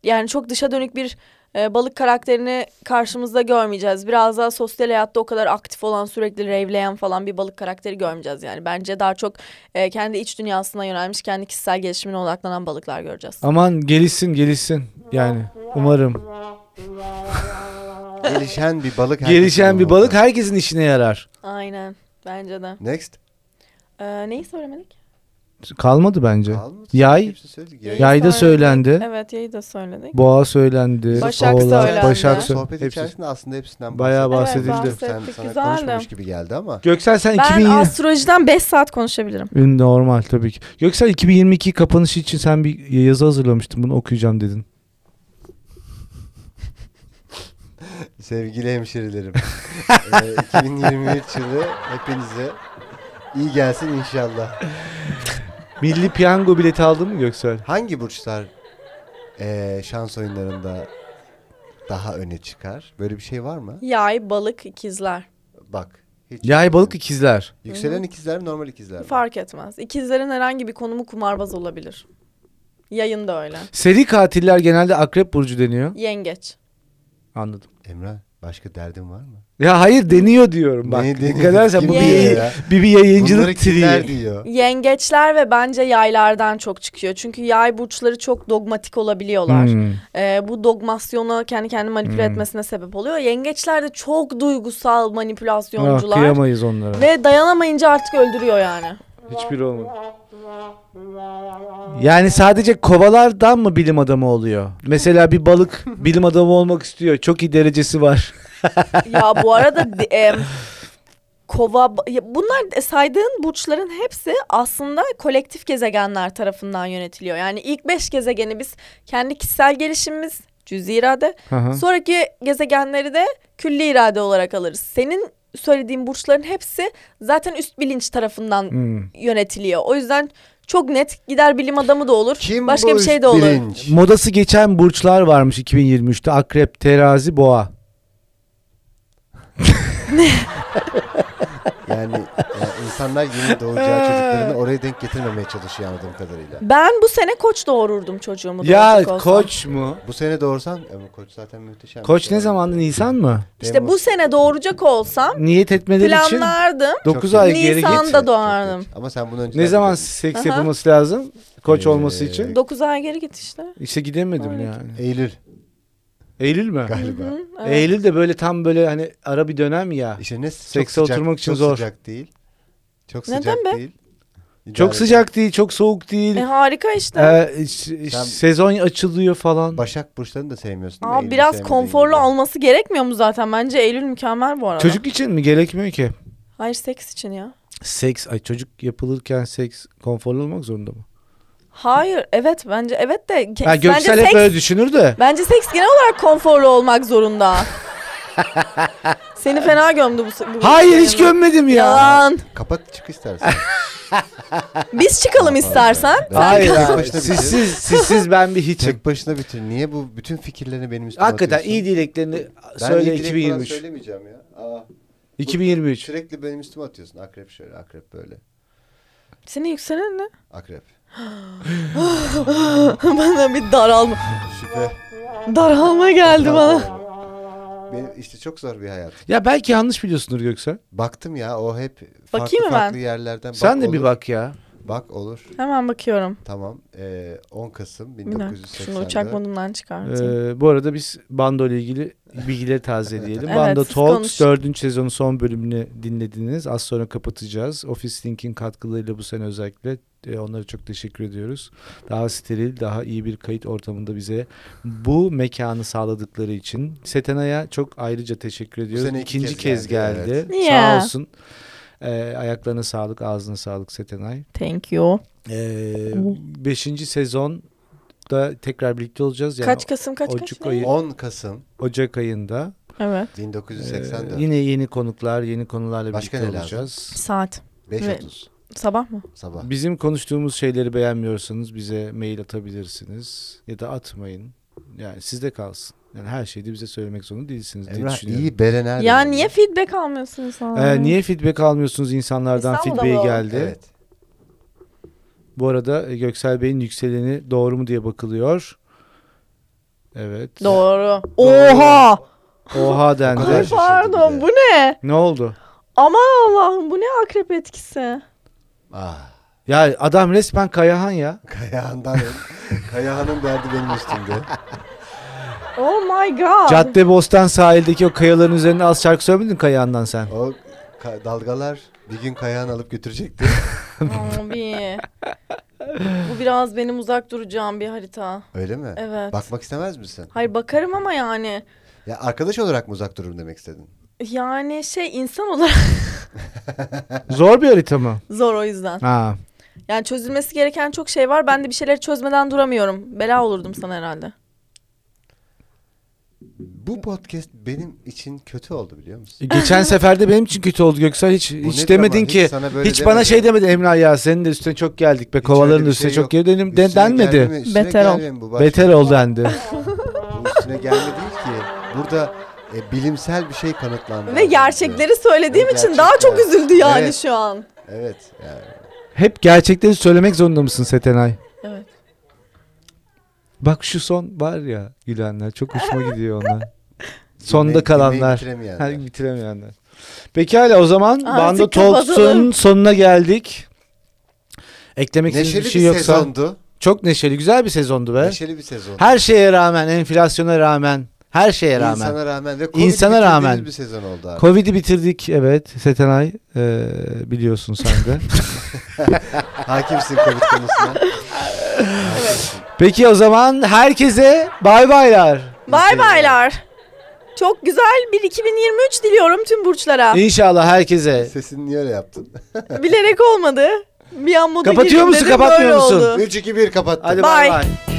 [SPEAKER 4] Yani çok dışa dönük bir e, balık karakterini karşımızda görmeyeceğiz. Biraz daha sosyal hayatta o kadar aktif olan, sürekli revleyen falan bir balık karakteri görmeyeceğiz yani. Bence daha çok e, kendi iç dünyasına yönelmiş, kendi kişisel gelişimine odaklanan balıklar göreceğiz.
[SPEAKER 2] aman gelişsin gelişsin yani umarım.
[SPEAKER 3] Gelişen bir balık. herkesin
[SPEAKER 2] Gelişen bir
[SPEAKER 3] umurunda.
[SPEAKER 2] balık herkesin işine yarar.
[SPEAKER 4] Aynen. Bence de.
[SPEAKER 3] Next.
[SPEAKER 4] Ee, neyi söylemedik?
[SPEAKER 2] Kalmadı bence.
[SPEAKER 3] Kalmadı.
[SPEAKER 2] Yay.
[SPEAKER 3] Hepsini söyledik. Yay.
[SPEAKER 4] Yay.
[SPEAKER 2] Yayda söylendi.
[SPEAKER 4] Evet, yayı da söyledik.
[SPEAKER 2] Boğa söylendi.
[SPEAKER 4] Başak
[SPEAKER 2] Oğlak,
[SPEAKER 4] söylendi.
[SPEAKER 2] Başak
[SPEAKER 3] Sohbet
[SPEAKER 2] söylendi. Hepsi.
[SPEAKER 3] içerisinde aslında hepsinden
[SPEAKER 2] Bayağı
[SPEAKER 3] bahsettik.
[SPEAKER 2] bahsedildi.
[SPEAKER 4] Evet, bahsettik.
[SPEAKER 3] Sen, sana
[SPEAKER 4] Güzeldi.
[SPEAKER 3] konuşmamış gibi geldi ama.
[SPEAKER 2] Göksel sen
[SPEAKER 4] Ben
[SPEAKER 2] 2020
[SPEAKER 4] astrolojiden 5 saat konuşabilirim.
[SPEAKER 2] normal tabii ki. Göksel 2022 kapanışı için sen bir yazı hazırlamıştın. Bunu okuyacağım dedin.
[SPEAKER 3] Sevgili hemşerilerim. e, eee, 2023 yılı hepinize iyi gelsin inşallah.
[SPEAKER 2] Milli piyango bileti aldın mı Göksel?
[SPEAKER 3] Hangi burçlar eee, şans oyunlarında daha öne çıkar? Böyle bir şey var mı?
[SPEAKER 4] Yay, balık, ikizler.
[SPEAKER 3] Bak. Hiç
[SPEAKER 2] Yay balık ikizler.
[SPEAKER 3] Yükselen ikizler mi normal ikizler mi?
[SPEAKER 4] Fark etmez. İkizlerin herhangi bir konumu kumarbaz olabilir. Yayın da öyle.
[SPEAKER 2] Seri katiller genelde akrep burcu deniyor.
[SPEAKER 4] Yengeç.
[SPEAKER 2] Anladım.
[SPEAKER 3] Emrah başka derdin var mı?
[SPEAKER 2] Ya hayır deniyor diyorum bak.
[SPEAKER 3] Ne
[SPEAKER 2] Ne,
[SPEAKER 3] deniyor?
[SPEAKER 2] kadar sen
[SPEAKER 3] Kim
[SPEAKER 2] bu
[SPEAKER 4] diyor
[SPEAKER 2] bir,
[SPEAKER 3] ya?
[SPEAKER 2] bir, bir yayıncılık
[SPEAKER 3] Bunları kimler
[SPEAKER 2] triği.
[SPEAKER 3] diyor?
[SPEAKER 4] Yengeçler ve bence yaylardan çok çıkıyor. Çünkü yay burçları çok dogmatik olabiliyorlar.
[SPEAKER 2] Hmm.
[SPEAKER 4] Ee, bu dogmasyonu kendi kendini manipüle
[SPEAKER 2] Hmm.
[SPEAKER 4] etmesine sebep oluyor. Yengeçler de çok duygusal
[SPEAKER 2] Ah,
[SPEAKER 4] manipülasyoncular.
[SPEAKER 2] kıyamayız onlara.
[SPEAKER 4] ve dayanamayınca artık öldürüyor yani.
[SPEAKER 2] Hiçbiri olmadı. Yani sadece kovalardan mı bilim adamı oluyor? Mesela bir balık bilim adamı olmak istiyor. Çok iyi derecesi var.
[SPEAKER 4] ya bu arada de- em, kova ya bunlar e, saydığın burçların hepsi aslında kolektif gezegenler tarafından yönetiliyor. Yani ilk beş gezegeni biz kendi kişisel gelişimimiz cüz irade.
[SPEAKER 2] Hı hı.
[SPEAKER 4] Sonraki gezegenleri de külli irade olarak alırız. Senin söylediğim burçların hepsi zaten üst bilinç tarafından
[SPEAKER 2] Hmm.
[SPEAKER 4] yönetiliyor. O yüzden çok net gider bilim adamı da olur.
[SPEAKER 3] Kim
[SPEAKER 4] başka
[SPEAKER 3] bu
[SPEAKER 4] bir şey
[SPEAKER 3] üst
[SPEAKER 4] de olur.
[SPEAKER 3] bilinç?
[SPEAKER 2] Modası geçen burçlar varmış 2023'te. Akrep, terazi, boğa.
[SPEAKER 3] Yani e, insanlar yeni doğacağı çocuklarını oraya denk getirmemeye çalışıyor anladığım kadarıyla.
[SPEAKER 4] Ben bu sene koç doğururdum çocuğumu.
[SPEAKER 2] Ya
[SPEAKER 4] doğacak olsam.
[SPEAKER 2] koç mu?
[SPEAKER 3] Bu sene doğursan ama koç zaten muhteşem. bir
[SPEAKER 2] Koç
[SPEAKER 3] şey.
[SPEAKER 2] ne zamandı? Nisan mı?
[SPEAKER 4] İşte
[SPEAKER 3] Temmuz-
[SPEAKER 4] bu sene doğuracak olsam
[SPEAKER 2] Niyet etmeleri için
[SPEAKER 4] planlardım.
[SPEAKER 2] 9
[SPEAKER 3] Çok
[SPEAKER 2] ay
[SPEAKER 4] iyi.
[SPEAKER 2] geri
[SPEAKER 4] Nisan'da
[SPEAKER 2] git.
[SPEAKER 4] da doğardım.
[SPEAKER 3] Çok geç. Ama sen bunu önce
[SPEAKER 2] Ne zaman seks
[SPEAKER 4] Aha.
[SPEAKER 2] yapılması lazım? Koç
[SPEAKER 3] Ee,
[SPEAKER 2] olması için.
[SPEAKER 4] 9 ay geri git işte.
[SPEAKER 2] İşte gidemedim
[SPEAKER 4] Aynen.
[SPEAKER 2] yani.
[SPEAKER 3] Eylül
[SPEAKER 2] Eylül mü?
[SPEAKER 3] galiba.
[SPEAKER 4] Evet.
[SPEAKER 2] Eylül de böyle tam böyle hani ara bir dönem ya.
[SPEAKER 3] İşte ne çok
[SPEAKER 2] Sekse
[SPEAKER 3] sıcak,
[SPEAKER 2] oturmak için
[SPEAKER 3] çok
[SPEAKER 2] zor.
[SPEAKER 3] sıcak değil. Çok
[SPEAKER 4] Neden
[SPEAKER 3] sıcak
[SPEAKER 4] be?
[SPEAKER 3] değil. İdare
[SPEAKER 2] Çok
[SPEAKER 3] et.
[SPEAKER 2] sıcak değil, çok soğuk değil.
[SPEAKER 4] E, harika işte.
[SPEAKER 2] Ee, ş-
[SPEAKER 3] Sen-
[SPEAKER 2] sezon açılıyor falan.
[SPEAKER 3] Başak burçlarını da sevmiyorsun. değil mi?
[SPEAKER 4] Aa,
[SPEAKER 3] Eylül'ü
[SPEAKER 4] biraz
[SPEAKER 3] sevmediğin
[SPEAKER 4] konforlu
[SPEAKER 3] gibi.
[SPEAKER 4] olması gerekmiyor mu zaten? Bence Eylül mükemmel bu arada.
[SPEAKER 2] Çocuk için mi gerekmiyor ki?
[SPEAKER 4] Hayır seks için ya.
[SPEAKER 2] Seks ay çocuk yapılırken seks konforlu olmak zorunda mı?
[SPEAKER 4] Hayır evet bence evet de ke-
[SPEAKER 2] Ha,
[SPEAKER 4] bence
[SPEAKER 2] Göksel hep
[SPEAKER 4] seks
[SPEAKER 2] böyle düşünür de.
[SPEAKER 4] bence seks genel olarak konforlu olmak zorunda. Seni fena gömdü bu. bu- bu-
[SPEAKER 2] Hayır hiç gömmedim ya.
[SPEAKER 4] Yalan.
[SPEAKER 3] Kapat çık istersen.
[SPEAKER 4] Biz çıkalım istersen. Sen
[SPEAKER 2] Hayır
[SPEAKER 3] Tek
[SPEAKER 2] abi.
[SPEAKER 3] başına bitir.
[SPEAKER 2] Sizsiz, sizsiz ben bir hiçim.
[SPEAKER 3] Tek başına bitir. Niye bu bütün fikirlerini benim üstüme
[SPEAKER 2] Hakikaten
[SPEAKER 3] atıyorsun?
[SPEAKER 2] iyi dileklerini
[SPEAKER 3] Ben
[SPEAKER 2] söyle
[SPEAKER 3] iyi dilek falan
[SPEAKER 2] 2023.
[SPEAKER 3] söylemeyeceğim ya. Aa,
[SPEAKER 2] 2023.
[SPEAKER 3] sürekli benim üstüme atıyorsun. Akrep şöyle, akrep böyle.
[SPEAKER 4] Senin yükselen ne?
[SPEAKER 3] Akrep.
[SPEAKER 4] bana bir daralma.
[SPEAKER 3] Şüphe.
[SPEAKER 4] Daralma geldi bana.
[SPEAKER 3] Benim işte çok zor bir hayat.
[SPEAKER 2] Ya belki yanlış biliyorsundur Göksel.
[SPEAKER 3] Baktım ya o hep farklı
[SPEAKER 4] Bakayım mı ben?
[SPEAKER 3] farklı yerlerden. Bak
[SPEAKER 2] Sen de bir
[SPEAKER 3] olur,
[SPEAKER 2] bak ya.
[SPEAKER 3] Bak olur.
[SPEAKER 4] Hemen bakıyorum.
[SPEAKER 3] Tamam. Ee, 10 Kasım
[SPEAKER 4] Bir dakika.
[SPEAKER 3] 1980'de.
[SPEAKER 4] Şunu uçak modundan çıkartayım.
[SPEAKER 2] Ee, bu arada biz Bando ile ilgili bilgileri tazeleyelim.
[SPEAKER 4] Evet,
[SPEAKER 2] Bando
[SPEAKER 4] siz
[SPEAKER 2] Talks
[SPEAKER 4] konuşun.
[SPEAKER 2] 4. sezonun son bölümünü dinlediniz. Az sonra kapatacağız. Office Link'in katkılarıyla bu sene özellikle e, onlara çok teşekkür ediyoruz. Daha steril, daha iyi bir kayıt ortamında bize bu mekanı sağladıkları için Setena'ya çok ayrıca teşekkür ediyoruz.
[SPEAKER 3] sene iki
[SPEAKER 2] İkinci
[SPEAKER 3] kez
[SPEAKER 2] kez
[SPEAKER 3] geldi,
[SPEAKER 2] geldi.
[SPEAKER 3] evet.
[SPEAKER 4] Yeah.
[SPEAKER 2] Sağ olsun. Ee, ayaklarına sağlık, ağzına sağlık Setenay.
[SPEAKER 4] Thank you.
[SPEAKER 2] Ee,
[SPEAKER 4] Oh.
[SPEAKER 2] beşinci sezonda tekrar birlikte olacağız. Yani
[SPEAKER 4] kaç Kasım kaç
[SPEAKER 2] Ocak
[SPEAKER 4] kaç? ne?
[SPEAKER 2] ayı-
[SPEAKER 3] 10 Kasım
[SPEAKER 2] Ocak ayında.
[SPEAKER 4] Evet.
[SPEAKER 2] Ee,
[SPEAKER 3] 1984.
[SPEAKER 2] yine yeni konuklar, yeni konularla
[SPEAKER 3] Başka ne
[SPEAKER 2] birlikte
[SPEAKER 3] lazım?
[SPEAKER 2] olacağız.
[SPEAKER 4] Saat.
[SPEAKER 3] 5.30
[SPEAKER 4] Sabah mı?
[SPEAKER 3] sabah.
[SPEAKER 2] Bizim konuştuğumuz şeyleri beğenmiyorsanız bize mail atabilirsiniz ya da atmayın. Yani sizde kalsın. Yani her şeyi de bize söylemek zorunda değilsiniz diye
[SPEAKER 3] Emrah
[SPEAKER 2] düşünüyorum.
[SPEAKER 3] iyi bere nerede?
[SPEAKER 4] ya
[SPEAKER 3] benim?
[SPEAKER 4] niye feedback almıyorsun sen?
[SPEAKER 2] Ee, niye feedback almıyorsunuz insanlardan
[SPEAKER 4] İstanbul'da
[SPEAKER 2] feedback'i
[SPEAKER 4] mı?
[SPEAKER 2] geldi.
[SPEAKER 3] Evet.
[SPEAKER 2] Bu arada e, Göksel Bey'in yükseleni doğru mu diye bakılıyor. Evet.
[SPEAKER 4] Doğru. Oha!
[SPEAKER 2] Oha
[SPEAKER 3] O kadar şey-
[SPEAKER 2] dendi.
[SPEAKER 3] şaşırdım
[SPEAKER 4] Pardon
[SPEAKER 3] bile.
[SPEAKER 4] bu ne?
[SPEAKER 2] ne oldu?
[SPEAKER 4] Ama Allah'ım bu ne akrep etkisi?
[SPEAKER 3] Ah.
[SPEAKER 2] Ya adam resmen Kayahan ya.
[SPEAKER 3] Kayahan'dan Kayahan'ın derdi benim üstümde.
[SPEAKER 4] Oh my god.
[SPEAKER 2] Cadde Bostan sahildeki o kayaların üzerine az şarkı söylemedin Kayahan'dan sen.
[SPEAKER 3] O ka- dalgalar bir gün Kayahan alıp götürecekti.
[SPEAKER 4] Abi. bu biraz benim uzak duracağım bir harita.
[SPEAKER 3] Öyle mi?
[SPEAKER 4] Evet.
[SPEAKER 3] Bakmak istemez misin?
[SPEAKER 4] Hayır bakarım ama yani.
[SPEAKER 3] Ya arkadaş olarak mı uzak dururum demek istedin?
[SPEAKER 4] Yani şey insan olarak
[SPEAKER 2] Zor bir harita mı?
[SPEAKER 4] zor o yüzden.
[SPEAKER 2] Ha.
[SPEAKER 4] Yani çözülmesi gereken çok şey var. Ben de bir şeyleri çözmeden duramıyorum. Bela olurdum sana herhalde.
[SPEAKER 3] Bu podcast benim için kötü oldu biliyor musun?
[SPEAKER 2] Geçen sefer de benim için kötü oldu Göksel. Hiç
[SPEAKER 3] Bu
[SPEAKER 2] hiç
[SPEAKER 3] nedir
[SPEAKER 2] demedin
[SPEAKER 3] ama?
[SPEAKER 2] ki. Hiç,
[SPEAKER 3] sana böyle
[SPEAKER 2] bana
[SPEAKER 3] demedi.
[SPEAKER 2] şey demedi Emrah ya senin de üstüne çok geldik be.
[SPEAKER 3] Hiç
[SPEAKER 2] Kovaların
[SPEAKER 3] öyle bir
[SPEAKER 2] üstüne
[SPEAKER 3] şey
[SPEAKER 2] çok
[SPEAKER 3] yok.
[SPEAKER 2] geri dönelim den,
[SPEAKER 3] Üstüne geldi mi?
[SPEAKER 2] denmedi.
[SPEAKER 3] Üstüne
[SPEAKER 4] Beter ol.
[SPEAKER 3] geldi mi bu başka? şey
[SPEAKER 2] Beter ol dendi.
[SPEAKER 3] Bu üstüne gelme değil ki. Burada e, bilimsel bir şey kanıtlandı.
[SPEAKER 4] Ve gerçekleri söylediğim
[SPEAKER 3] Ve
[SPEAKER 4] için daha çok
[SPEAKER 3] gerçekler.
[SPEAKER 4] üzüldü yani
[SPEAKER 3] Evet.
[SPEAKER 4] şu an.
[SPEAKER 3] Evet. Yani.
[SPEAKER 2] Hep gerçekleri söylemek zorunda mısın Setenay?
[SPEAKER 4] Evet.
[SPEAKER 2] Bak şu son var ya gülenler çok hoşuma gidiyor onlar. Sonda
[SPEAKER 3] Yemeği- yemeği
[SPEAKER 2] kalanlar. Hani
[SPEAKER 3] bitiremeyenler.
[SPEAKER 2] Her bitiremeyenler. Pekala o zaman
[SPEAKER 4] Artık
[SPEAKER 2] Bando
[SPEAKER 4] kapatalım.
[SPEAKER 2] Talks'un sonuna geldik. Eklemek istediğiniz
[SPEAKER 3] Neşeli
[SPEAKER 2] bir şey
[SPEAKER 3] bir
[SPEAKER 2] yoksa.
[SPEAKER 3] sezondu.
[SPEAKER 2] Çok neşeli, güzel bir sezondu be.
[SPEAKER 3] Neşeli bir sezon.
[SPEAKER 2] Her şeye rağmen, enflasyona rağmen, her şeye rağmen.
[SPEAKER 3] İnsana rağmen ve
[SPEAKER 2] İnsana
[SPEAKER 3] Covid'i
[SPEAKER 2] rağmen.
[SPEAKER 3] bitirdiğimiz bir sezon oldu abi.
[SPEAKER 2] Covid'i bitirdik evet. Setenay e, biliyorsun sen de.
[SPEAKER 3] Hakimsin Covid konusuna.
[SPEAKER 2] Peki o zaman herkese bay baylar.
[SPEAKER 4] Bay baylar. Çok güzel bir 2023 diliyorum tüm burçlara.
[SPEAKER 2] İnşallah herkese.
[SPEAKER 3] Sesini niye öyle yaptın?
[SPEAKER 4] Bilerek olmadı. Bir an moda
[SPEAKER 2] Kapatıyor
[SPEAKER 4] girdim
[SPEAKER 2] musun,
[SPEAKER 4] dedim,
[SPEAKER 2] kapatmıyor
[SPEAKER 4] böyle
[SPEAKER 2] musun?
[SPEAKER 4] oldu.
[SPEAKER 3] 3 2 1 kapattım.
[SPEAKER 2] Hadi
[SPEAKER 4] Bye.
[SPEAKER 2] bay bay.